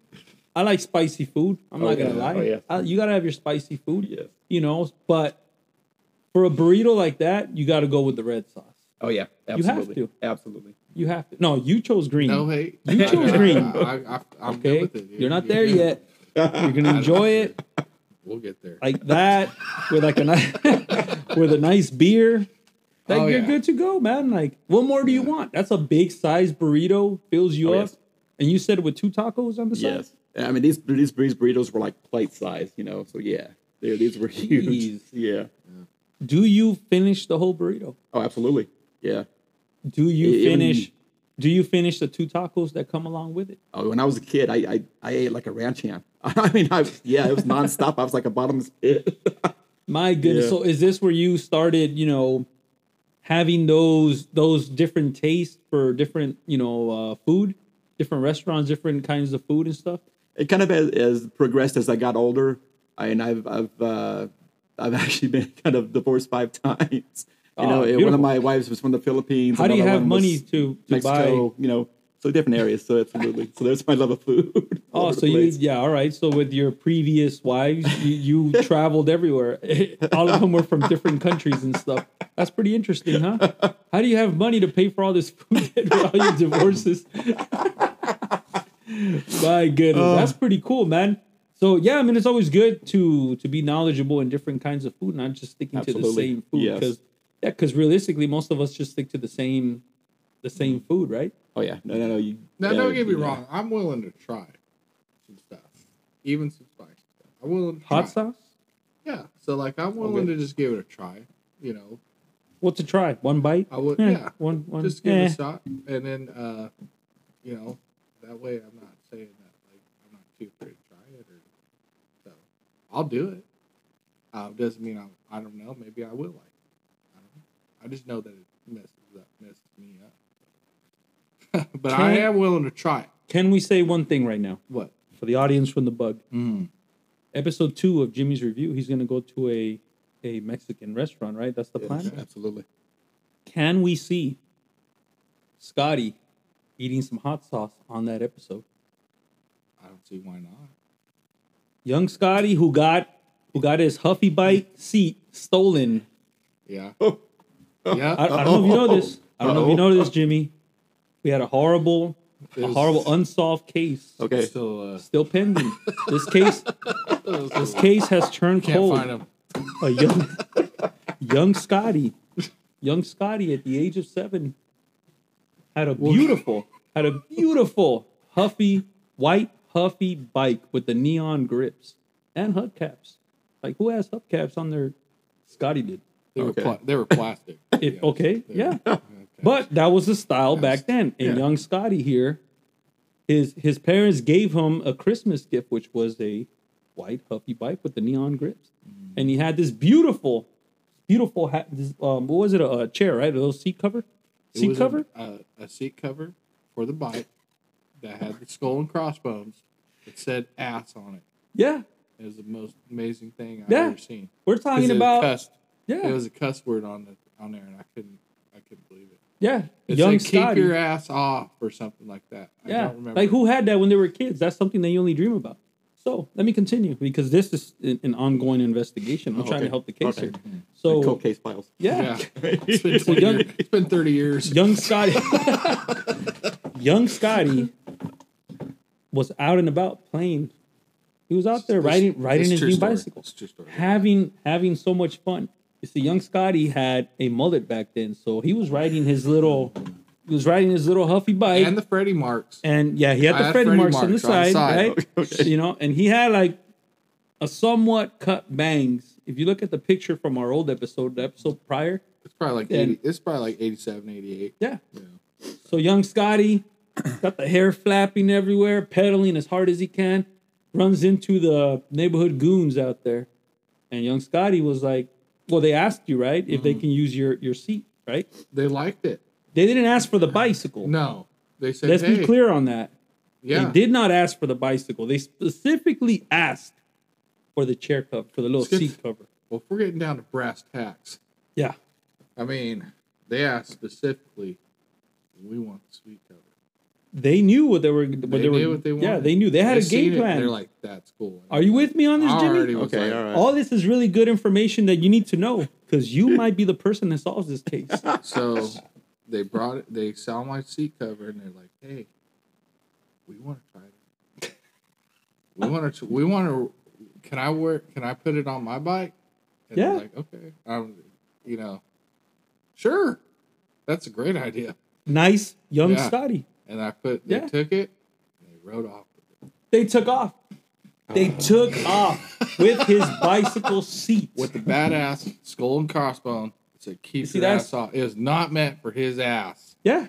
Speaker 3: I like spicy food. I'm not gonna
Speaker 6: yeah.
Speaker 3: lie.
Speaker 6: Oh, yeah.
Speaker 3: I- you gotta have your spicy food.
Speaker 6: Yes.
Speaker 3: You know, but for a burrito like that, you gotta go with the red sauce.
Speaker 6: Oh yeah,
Speaker 3: have
Speaker 6: absolutely.
Speaker 3: to.
Speaker 6: Absolutely.
Speaker 3: You have to. No, you chose green.
Speaker 4: no hate.
Speaker 3: You chose
Speaker 4: I- I-
Speaker 3: green.
Speaker 4: I, I, am
Speaker 3: okay,
Speaker 4: good with it.
Speaker 3: you're not there yet. You're gonna enjoy it
Speaker 4: We'll get there.
Speaker 3: like that with like a nice *laughs* with a nice beer. Like
Speaker 4: Oh,
Speaker 3: you're
Speaker 4: yeah.
Speaker 3: good to go, man. Like, what more do you want? That's a big size burrito, fills you
Speaker 6: Oh,
Speaker 3: up.
Speaker 6: yes.
Speaker 3: And you said with two tacos on the side.
Speaker 6: Yes. I mean these these breeze burritos were like plate size, you know. So yeah, they, these were *laughs*
Speaker 3: Jeez.
Speaker 6: huge. Yeah.
Speaker 3: Do you finish the whole burrito?
Speaker 6: Oh, absolutely. Yeah.
Speaker 3: Do you
Speaker 6: It- it would
Speaker 3: finish?
Speaker 6: be-
Speaker 3: do you finish the two tacos that come along with it?
Speaker 6: Oh, when I was a kid, I I, I ate like a ranch hand. *laughs* I mean, I yeah, it was nonstop. I was like a bottomless pit.
Speaker 3: My goodness!
Speaker 6: Yeah.
Speaker 3: So is this where you started? You know, having those those different tastes for different you know uh, food, different restaurants, different kinds of food and stuff.
Speaker 6: It kind of has, has progressed as I got older, I, and I've I've uh, I've *laughs* actually been kind of divorced five times. You
Speaker 3: Oh,
Speaker 6: know, and one
Speaker 3: beautiful.
Speaker 6: of my wives was from the Philippines.
Speaker 3: How do you
Speaker 6: another
Speaker 3: have
Speaker 6: one was
Speaker 3: money to, to buy?
Speaker 6: Mexico?
Speaker 3: Oh,
Speaker 6: You know, so different areas. So absolutely. so there's my love of food. *laughs* all over the
Speaker 3: Oh, so you
Speaker 6: place.
Speaker 3: yeah, all right. So with your previous wives, you, you
Speaker 6: *laughs*
Speaker 3: traveled everywhere. all of them were from different countries and stuff. That's pretty interesting, huh? How do you have money to pay for all this food *laughs* and all your divorces? *laughs* My goodness,
Speaker 6: Oh.
Speaker 3: that's pretty cool, man. So yeah, I mean, it's always good to to be knowledgeable in different kinds of food, not just sticking to the
Speaker 6: Absolutely.
Speaker 3: same food.
Speaker 6: Yes.
Speaker 3: Because yeah, because realistically, most of us just stick to the same the same food, right?
Speaker 6: Oh yeah. No, no, no. You,
Speaker 4: Now,
Speaker 6: yeah,
Speaker 4: don't get me
Speaker 6: yeah.
Speaker 4: wrong. I'm willing to try some stuff, even some spicy stuff. I'm willing to
Speaker 3: Hot
Speaker 4: try.
Speaker 3: sauce.
Speaker 4: Yeah. So, like, I'm willing
Speaker 6: good.
Speaker 4: to just give it a try. You know,
Speaker 3: What to try? One bite?
Speaker 4: I would.
Speaker 3: Eh,
Speaker 4: yeah.
Speaker 3: One one
Speaker 4: just give
Speaker 3: eh.
Speaker 4: it a shot, and then, uh, you know, that way I'm not saying that like I'm not too afraid to try it, or so I'll do it. Uh, doesn't mean I'm. I don't know. Maybe I will like. It. I don't know. I just know that it messes up, messes me up. *laughs* but I
Speaker 3: Can-
Speaker 4: am willing to try it.
Speaker 3: Can we say one thing right now
Speaker 4: What?
Speaker 3: for the audience from the bug?
Speaker 4: Mm.
Speaker 3: Episode two of Jimmy's review. He's gonna go to a a Mexican restaurant, right? That's the plan.
Speaker 6: Absolutely.
Speaker 3: Can we see Scotty eating some hot sauce on that episode?
Speaker 4: I don't see why not.
Speaker 3: Young Scotty, who got who got his Huffy bike seat stolen.
Speaker 4: Yeah.
Speaker 6: *laughs* Oh.
Speaker 4: yeah.
Speaker 3: I, I don't know if you know this. I don't know if you know this, Jimmy. We had a horrible, a
Speaker 4: There's-
Speaker 3: horrible unsolved case.
Speaker 6: Okay.
Speaker 4: Still, uh,
Speaker 3: Still pending. This case This case has turned
Speaker 4: can't
Speaker 3: cold.
Speaker 4: find him.
Speaker 3: A young, young Scotty, young Scotty at the age of seven, had a beautiful, had a beautiful huffy white huffy bike with the neon grips and hubcaps. Like who has hubcaps on their? Scotty did.
Speaker 4: They were,
Speaker 6: Okay.
Speaker 4: pla- they
Speaker 3: *laughs*
Speaker 4: were plastic.
Speaker 3: If,
Speaker 4: Yeah.
Speaker 3: Okay, yeah.
Speaker 4: *laughs*
Speaker 3: But that was the style back then. And young Scotty here, his his parents gave him a Christmas gift, which was a white huffy bike with the neon grips,
Speaker 4: Mm.
Speaker 3: and he had this beautiful, beautiful hat. This, um, what was it? A, a chair, right? A little seat cover,
Speaker 4: It
Speaker 3: seat
Speaker 4: was uh,
Speaker 3: cover.
Speaker 4: A, a, a seat cover for the bike that had the skull and crossbones. It said ass on it.
Speaker 3: Yeah,
Speaker 4: It was the most amazing thing I've
Speaker 3: Yeah.
Speaker 4: ever seen.
Speaker 3: we're
Speaker 4: 'Cause
Speaker 3: talking
Speaker 4: it
Speaker 3: about
Speaker 4: cussed.
Speaker 3: yeah,
Speaker 4: It was a cuss word on the on there, and I couldn't I couldn't believe it.
Speaker 3: yeah,
Speaker 4: It's
Speaker 3: young
Speaker 4: like keep
Speaker 3: Scotty.
Speaker 4: your ass off or something like that. I
Speaker 3: yeah,
Speaker 4: don't remember.
Speaker 3: like who had that when they were kids? That's something that you only dream about. So let me continue because this is an an ongoing investigation. I'm
Speaker 4: Oh,
Speaker 3: trying
Speaker 6: okay.
Speaker 3: to help the case
Speaker 6: Okay.
Speaker 3: here.
Speaker 4: Mm.
Speaker 6: So,
Speaker 3: So
Speaker 6: case files.
Speaker 3: yeah.
Speaker 4: Yeah. it's, been 20
Speaker 3: *laughs* young-
Speaker 4: years- it's been 30 years.
Speaker 3: young Scotty, young Scotty was out and about playing. He was out there riding riding his new bicycle, having having so much fun. You see, young Scotty had a mullet back then, so he was riding his little he was riding his little huffy bike,
Speaker 4: And
Speaker 3: and,
Speaker 4: the Freddie marks.
Speaker 3: yeah, he had
Speaker 4: I
Speaker 3: the
Speaker 4: had
Speaker 3: Freddy
Speaker 4: Freddy
Speaker 3: marks, on the
Speaker 4: marks on
Speaker 3: side,
Speaker 4: the side. *laughs*
Speaker 3: right? You know, and he had like a somewhat cut bangs. If you look at the picture from our old episode, the episode prior,
Speaker 4: It's probably like
Speaker 3: And-
Speaker 4: 80, it's probably like 87, 88.
Speaker 3: Yeah. So young Scotty got the hair flapping everywhere, pedaling as hard as he can, runs into the neighborhood goons out there. And young Scotty was like, Well, they asked you, right, if
Speaker 4: Mm-hmm.
Speaker 3: they can use your, your seat, right?
Speaker 4: They liked it.
Speaker 3: They didn't ask for the bicycle.
Speaker 4: No. They said,
Speaker 3: Let's
Speaker 4: hey,
Speaker 3: be clear on that.
Speaker 4: Yeah.
Speaker 3: They did not ask for the bicycle. They specifically asked for the chair cover, for the little
Speaker 4: Skip.
Speaker 3: seat cover.
Speaker 4: Well, if we're getting down to brass tacks,
Speaker 3: Yeah.
Speaker 4: I mean, they asked specifically, we want the sweet cover.
Speaker 3: They knew what they were what they,
Speaker 4: They,
Speaker 3: were
Speaker 4: knew what they wanted.
Speaker 3: Yeah, they knew. They had a game
Speaker 4: seen it,
Speaker 3: plan.
Speaker 4: They're like, that's cool.
Speaker 3: Are you with me on this,
Speaker 4: I
Speaker 3: Jimmy?
Speaker 4: already was
Speaker 6: Okay,
Speaker 4: like-
Speaker 6: all right.
Speaker 3: All this is really good information that you need to know because
Speaker 4: *laughs*
Speaker 3: you might be the person that solves this case.
Speaker 4: So they brought it, they saw my seat cover and they're like, hey, we want to try that. We want to, we want to, can I wear, can I put it on my bike? And they're
Speaker 3: Yeah.
Speaker 4: like, okay. I'm, you know, sure. That's a great idea.
Speaker 3: Nice young
Speaker 4: Yeah.
Speaker 3: Scotty.
Speaker 4: And I put, they
Speaker 3: Yeah.
Speaker 4: took it and they rode off.
Speaker 3: They took off. They took off with his bicycle seat.
Speaker 4: With the badass skull and crossbone, it said, keep
Speaker 3: see,
Speaker 4: your
Speaker 3: that's-
Speaker 4: ass off. It was not meant for his ass.
Speaker 3: yeah,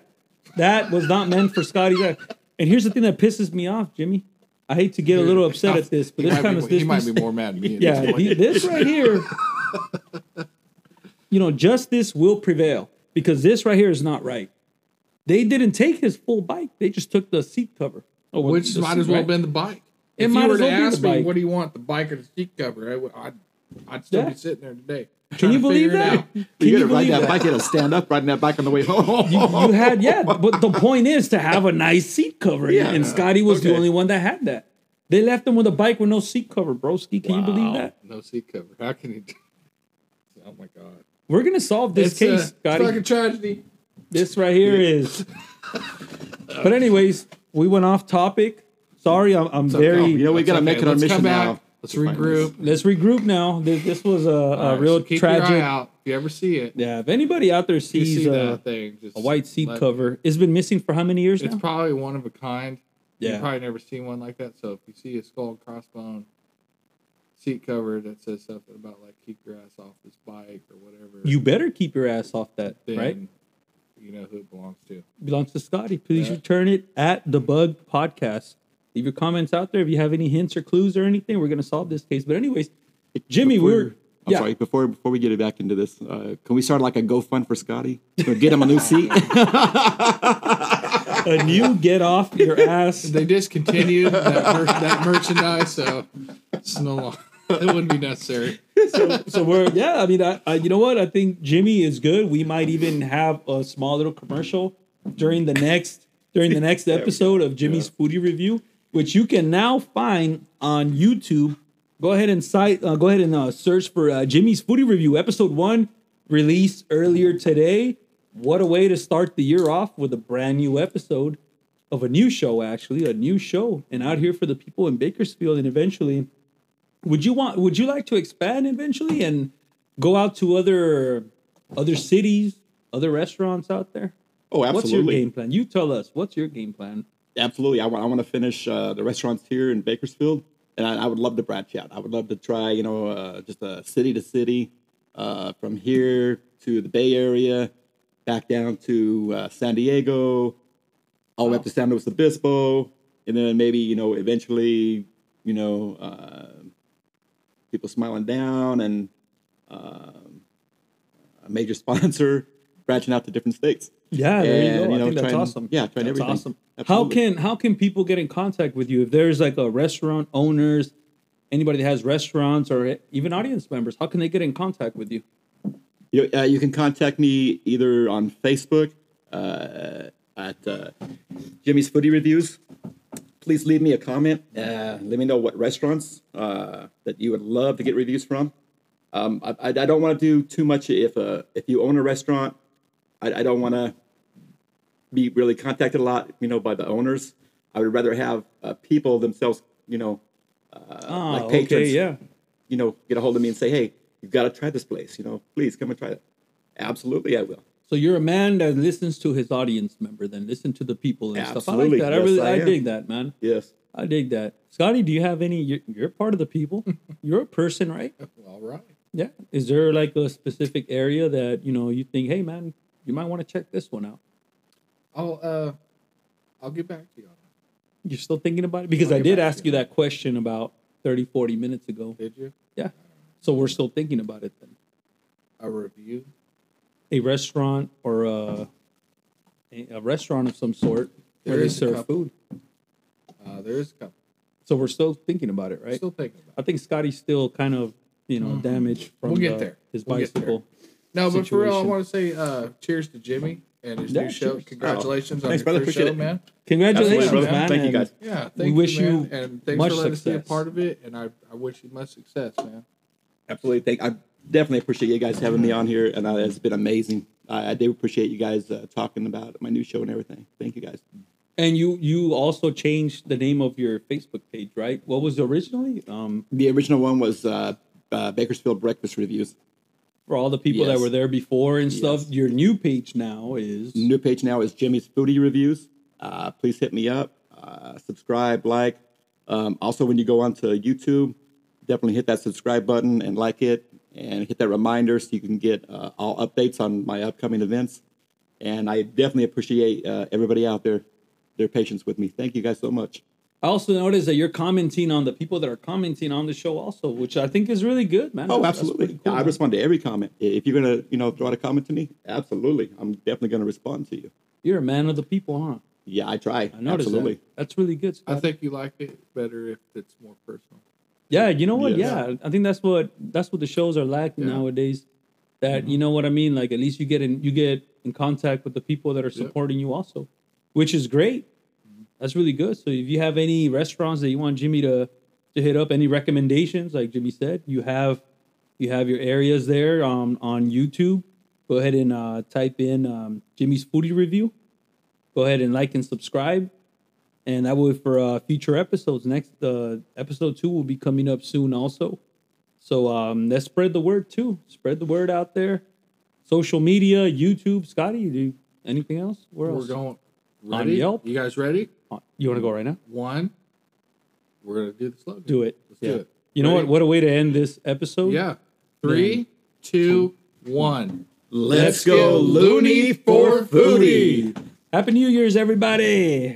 Speaker 3: that was not meant for Scotty. There. And here's the thing that pisses me off, Jimmy. I hate to get a little upset at this, but
Speaker 4: He
Speaker 3: this
Speaker 4: might
Speaker 3: time
Speaker 4: be-
Speaker 3: it's this.
Speaker 4: he might be
Speaker 3: *laughs*
Speaker 4: more mad at me. at this
Speaker 3: yeah,
Speaker 4: point.
Speaker 3: the- this right here, you know, justice will prevail because this right here is not right. They didn't take his full bike; they just took the seat cover, Oh, well,
Speaker 4: Which
Speaker 3: the
Speaker 4: might
Speaker 3: seat,
Speaker 4: as well
Speaker 3: right?
Speaker 4: have been the bike.
Speaker 3: It
Speaker 4: if
Speaker 3: might
Speaker 4: you were
Speaker 3: as
Speaker 4: to
Speaker 3: well be the
Speaker 4: ask me,
Speaker 3: bike.
Speaker 4: what do you want, the bike or the seat cover? I would, I'd, I'd still
Speaker 3: Yeah.
Speaker 4: be sitting there today.
Speaker 3: Can you believe that? Can
Speaker 6: You
Speaker 3: you,
Speaker 6: gotta ride
Speaker 3: believe
Speaker 6: that,
Speaker 3: that?
Speaker 6: bike. You gotta stand up riding that bike on the way home.
Speaker 3: You had yeah, but the point is to have a nice seat cover, and-
Speaker 6: Yeah.
Speaker 3: and Scotty was the
Speaker 6: Okay.
Speaker 3: only one that had that. They left him with a bike with no seat cover, broski. Can you believe that?
Speaker 4: No seat cover. How can you? do- Oh my god!
Speaker 3: We're gonna solve this
Speaker 4: It's, uh,
Speaker 3: case,
Speaker 4: it's
Speaker 3: Scotty.
Speaker 4: fucking tragedy.
Speaker 3: This right here is. But anyways, we went off topic. Sorry, I'm, I'm very.
Speaker 6: You know, we gotta make it our
Speaker 4: let's
Speaker 6: mission
Speaker 4: come back.
Speaker 6: now.
Speaker 4: Let's
Speaker 6: find
Speaker 4: regroup.
Speaker 3: Let's regroup now. This, this was a, a
Speaker 4: All
Speaker 3: Uh,
Speaker 4: right,
Speaker 3: real
Speaker 4: so keep
Speaker 3: tragic.
Speaker 4: Your eye out. If you ever see it,
Speaker 3: Yeah, if anybody out there
Speaker 4: you
Speaker 3: sees
Speaker 4: see
Speaker 3: uh,
Speaker 4: that thing. Just
Speaker 3: a white seat
Speaker 4: let-
Speaker 3: cover, it's been missing for how many years
Speaker 4: It's
Speaker 3: now?
Speaker 4: probably one of a kind.
Speaker 3: yeah,
Speaker 4: You've probably never seen one like that. So if you see a skull and crossbone seat cover that says something about like keep your ass off this bike or whatever,
Speaker 3: you better keep your ass off that,
Speaker 4: then
Speaker 3: right?
Speaker 4: you know who it belongs to.
Speaker 3: belongs to Scotty. Please
Speaker 4: Yeah.
Speaker 3: return it at the Bug Podcast. Leave your comments out there if you have any hints or clues or anything. We're gonna solve this case. But anyways, Jimmy,
Speaker 6: Before-
Speaker 3: we're
Speaker 6: I'm
Speaker 3: yeah,
Speaker 6: sorry. Before before we get back into this, uh, can we start like a GoFund for Scotty? Or get him a new seat.
Speaker 3: a new get off
Speaker 6: *laughs*
Speaker 3: your ass. *laughs*
Speaker 4: They discontinued that, mer- that merchandise, so it's no longer. It wouldn't be necessary.
Speaker 3: so we're yeah. I mean, I, I you know what? I think Jimmy is good. We might even have a small little commercial during the next during the next episode of Jimmy's foodie review, which you can now find on YouTube. Go ahead and site. Uh, go ahead and uh, search for uh, Jimmy's foodie review episode one, released earlier today. What a way to start the year off with a brand new episode of a new show, actually a new show, and out here for the people in Bakersfield, and eventually would you want would you like to expand eventually and go out to other other cities other restaurants out there
Speaker 6: oh,
Speaker 3: what's your game plan you tell us what's your game plan
Speaker 6: absolutely. I want I want to finish uh, the restaurants here in Bakersfield, and I, I would love to branch out. I would love to try, you know, uh, just uh, city to city, uh, from here to the Bay Area, back down to uh, San Diego, all the way up to San Luis Obispo, and then maybe you know eventually, you know, uh, people smiling down and um, a major *laughs* sponsor. branching out to different states.
Speaker 3: Yeah, there you go.
Speaker 6: And, you know,
Speaker 3: I think that's
Speaker 6: trying-
Speaker 3: awesome.
Speaker 6: yeah, trying
Speaker 3: that's
Speaker 6: everything.
Speaker 3: awesome.
Speaker 6: Absolutely.
Speaker 3: How can how can people get in contact with you if there's like a restaurant owners, anybody that has restaurants or even audience members? How can they get in contact with you?
Speaker 6: You, uh, you can contact me either on Facebook uh, at uh, Jimmy's Foodie Reviews. Please leave me a comment. Uh, let me know what restaurants uh, that you would love to get reviews from. Um, I, I, I don't want to do too much if uh, if you own a restaurant. I, I don't want to be really contacted a lot, you know, by the owners. I would rather have uh, people themselves, you know, uh,
Speaker 3: Ah,
Speaker 6: like
Speaker 3: okay,
Speaker 6: patrons.
Speaker 3: yeah.
Speaker 6: you know, get a hold of me and say, hey, you've got to try this place. You know, please come and try it. Absolutely, I will.
Speaker 3: So you're a man that listens to his audience member, then listen to the people and
Speaker 6: Absolutely.
Speaker 3: stuff. I like that. I
Speaker 6: Yes,
Speaker 3: really,
Speaker 6: I
Speaker 3: I,
Speaker 6: am.
Speaker 3: dig that, man.
Speaker 6: Yes.
Speaker 3: I dig that. Scotty, do you have any? You're, you're part of the
Speaker 4: *laughs*
Speaker 3: people. you're a person, right?
Speaker 4: All right.
Speaker 3: Yeah. Is there like a specific area that you know you think, hey, man, you might want to check this one out?
Speaker 4: I'll uh, I'll get back to you on that.
Speaker 3: You're still thinking about it because I
Speaker 4: get
Speaker 3: did
Speaker 4: back
Speaker 3: ask
Speaker 4: to
Speaker 3: you
Speaker 4: you.
Speaker 3: that question about 30, 40 minutes ago.
Speaker 4: Did you
Speaker 3: Yeah. So we're still thinking about it then.
Speaker 4: a review?
Speaker 3: A restaurant or a a, a restaurant of some sort where
Speaker 4: There
Speaker 3: they
Speaker 4: is a
Speaker 3: serve
Speaker 4: couple.
Speaker 3: food.
Speaker 4: Uh, there is a couple.
Speaker 3: So we're still thinking about it, right?
Speaker 4: Still thinking about.
Speaker 3: I
Speaker 4: It.
Speaker 3: think Scotty's still kind of, you know, damaged from
Speaker 4: We'll get
Speaker 3: the-
Speaker 4: there.
Speaker 3: his
Speaker 4: We'll get there.
Speaker 3: bicycle.
Speaker 4: No, but for real, I
Speaker 3: Situation.
Speaker 4: want to say uh, cheers to Jimmy and his
Speaker 3: Yeah,
Speaker 4: new show.
Speaker 3: cheers. Oh.
Speaker 4: Congratulations on
Speaker 6: Thanks,
Speaker 4: your
Speaker 6: brother.
Speaker 4: first
Speaker 6: Appreciate
Speaker 4: show,
Speaker 6: it.
Speaker 4: man.
Speaker 3: Congratulations,
Speaker 6: brother.
Speaker 3: man.
Speaker 6: Thank you,
Speaker 3: and
Speaker 6: guys.
Speaker 4: Yeah, thank
Speaker 3: We
Speaker 4: you,
Speaker 3: wish
Speaker 4: man,
Speaker 3: you
Speaker 4: and thanks
Speaker 3: much
Speaker 4: for letting us be
Speaker 3: success.
Speaker 4: a part of it. And I, I wish you much success, man.
Speaker 6: Absolutely. Thank. I definitely appreciate you guys having me on here, and uh, it's been amazing. I, I do appreciate you guys uh, talking about my new show and everything. Thank you guys.
Speaker 3: And you you also changed the name of your Facebook page, right? What was originally? Um,
Speaker 6: The original one was uh, uh, Bakersfield Breakfast Reviews.
Speaker 3: for all the people that
Speaker 6: Yes.
Speaker 3: were there before and stuff,
Speaker 6: Yes.
Speaker 3: your new page now is
Speaker 6: New page now is Jimmy's Foodie Reviews. Uh, please hit me up, uh, subscribe, like. Um, also, when you go onto YouTube, definitely hit that subscribe button and like it, and hit that reminder so you can get uh, all updates on my upcoming events. And I definitely appreciate uh, everybody out there, their patience with me. Thank you guys so much.
Speaker 3: I also noticed that you're commenting on the people that are commenting on the show also, which I think is really good, man.
Speaker 6: Oh,
Speaker 3: That's- that's
Speaker 6: absolutely.
Speaker 3: pretty cool,
Speaker 6: I
Speaker 3: man.
Speaker 6: respond to every comment. I- If you're gonna, you know, throw out a comment to me, absolutely, I'm definitely gonna respond to you.
Speaker 3: You're a man of the people, huh?
Speaker 6: Yeah, I try.
Speaker 3: I noticed
Speaker 6: absolutely.
Speaker 3: that. That's really good.
Speaker 4: I
Speaker 3: Scott.
Speaker 4: think you like it better if it's more personal.
Speaker 3: Yeah, you know what?
Speaker 6: Yes.
Speaker 3: Yeah, I think that's what that's what the shows are lacking
Speaker 4: Yeah.
Speaker 3: nowadays. That you know what I mean? Like at least you get in you get in contact with the people that are supporting you also, which is great. That's really good. So if you have any restaurants that you want Jimmy to to hit up, any recommendations, like Jimmy said, you have you have your areas there um, on YouTube. Go ahead and uh, type in um, Jimmy's foodie review. Go ahead and like and subscribe and that will for uh, future episodes. Next uh, episode two will be coming up soon, also. So um, let's spread the word too. Spread the word out there. Social media, YouTube. Scotty, do you, anything else? Where
Speaker 4: We're
Speaker 3: else?
Speaker 4: going. Ready?
Speaker 3: Yelp.
Speaker 4: You guys ready?
Speaker 3: Uh, You want to go right now?
Speaker 4: One. We're gonna do the slogan.
Speaker 3: Do it.
Speaker 4: Let's do it.
Speaker 3: You know what?
Speaker 4: Ready?
Speaker 3: What a way to end this episode.
Speaker 4: Yeah. Three, two, one.
Speaker 6: Let's
Speaker 4: go loony for foodie.
Speaker 3: Happy New Year's, everybody.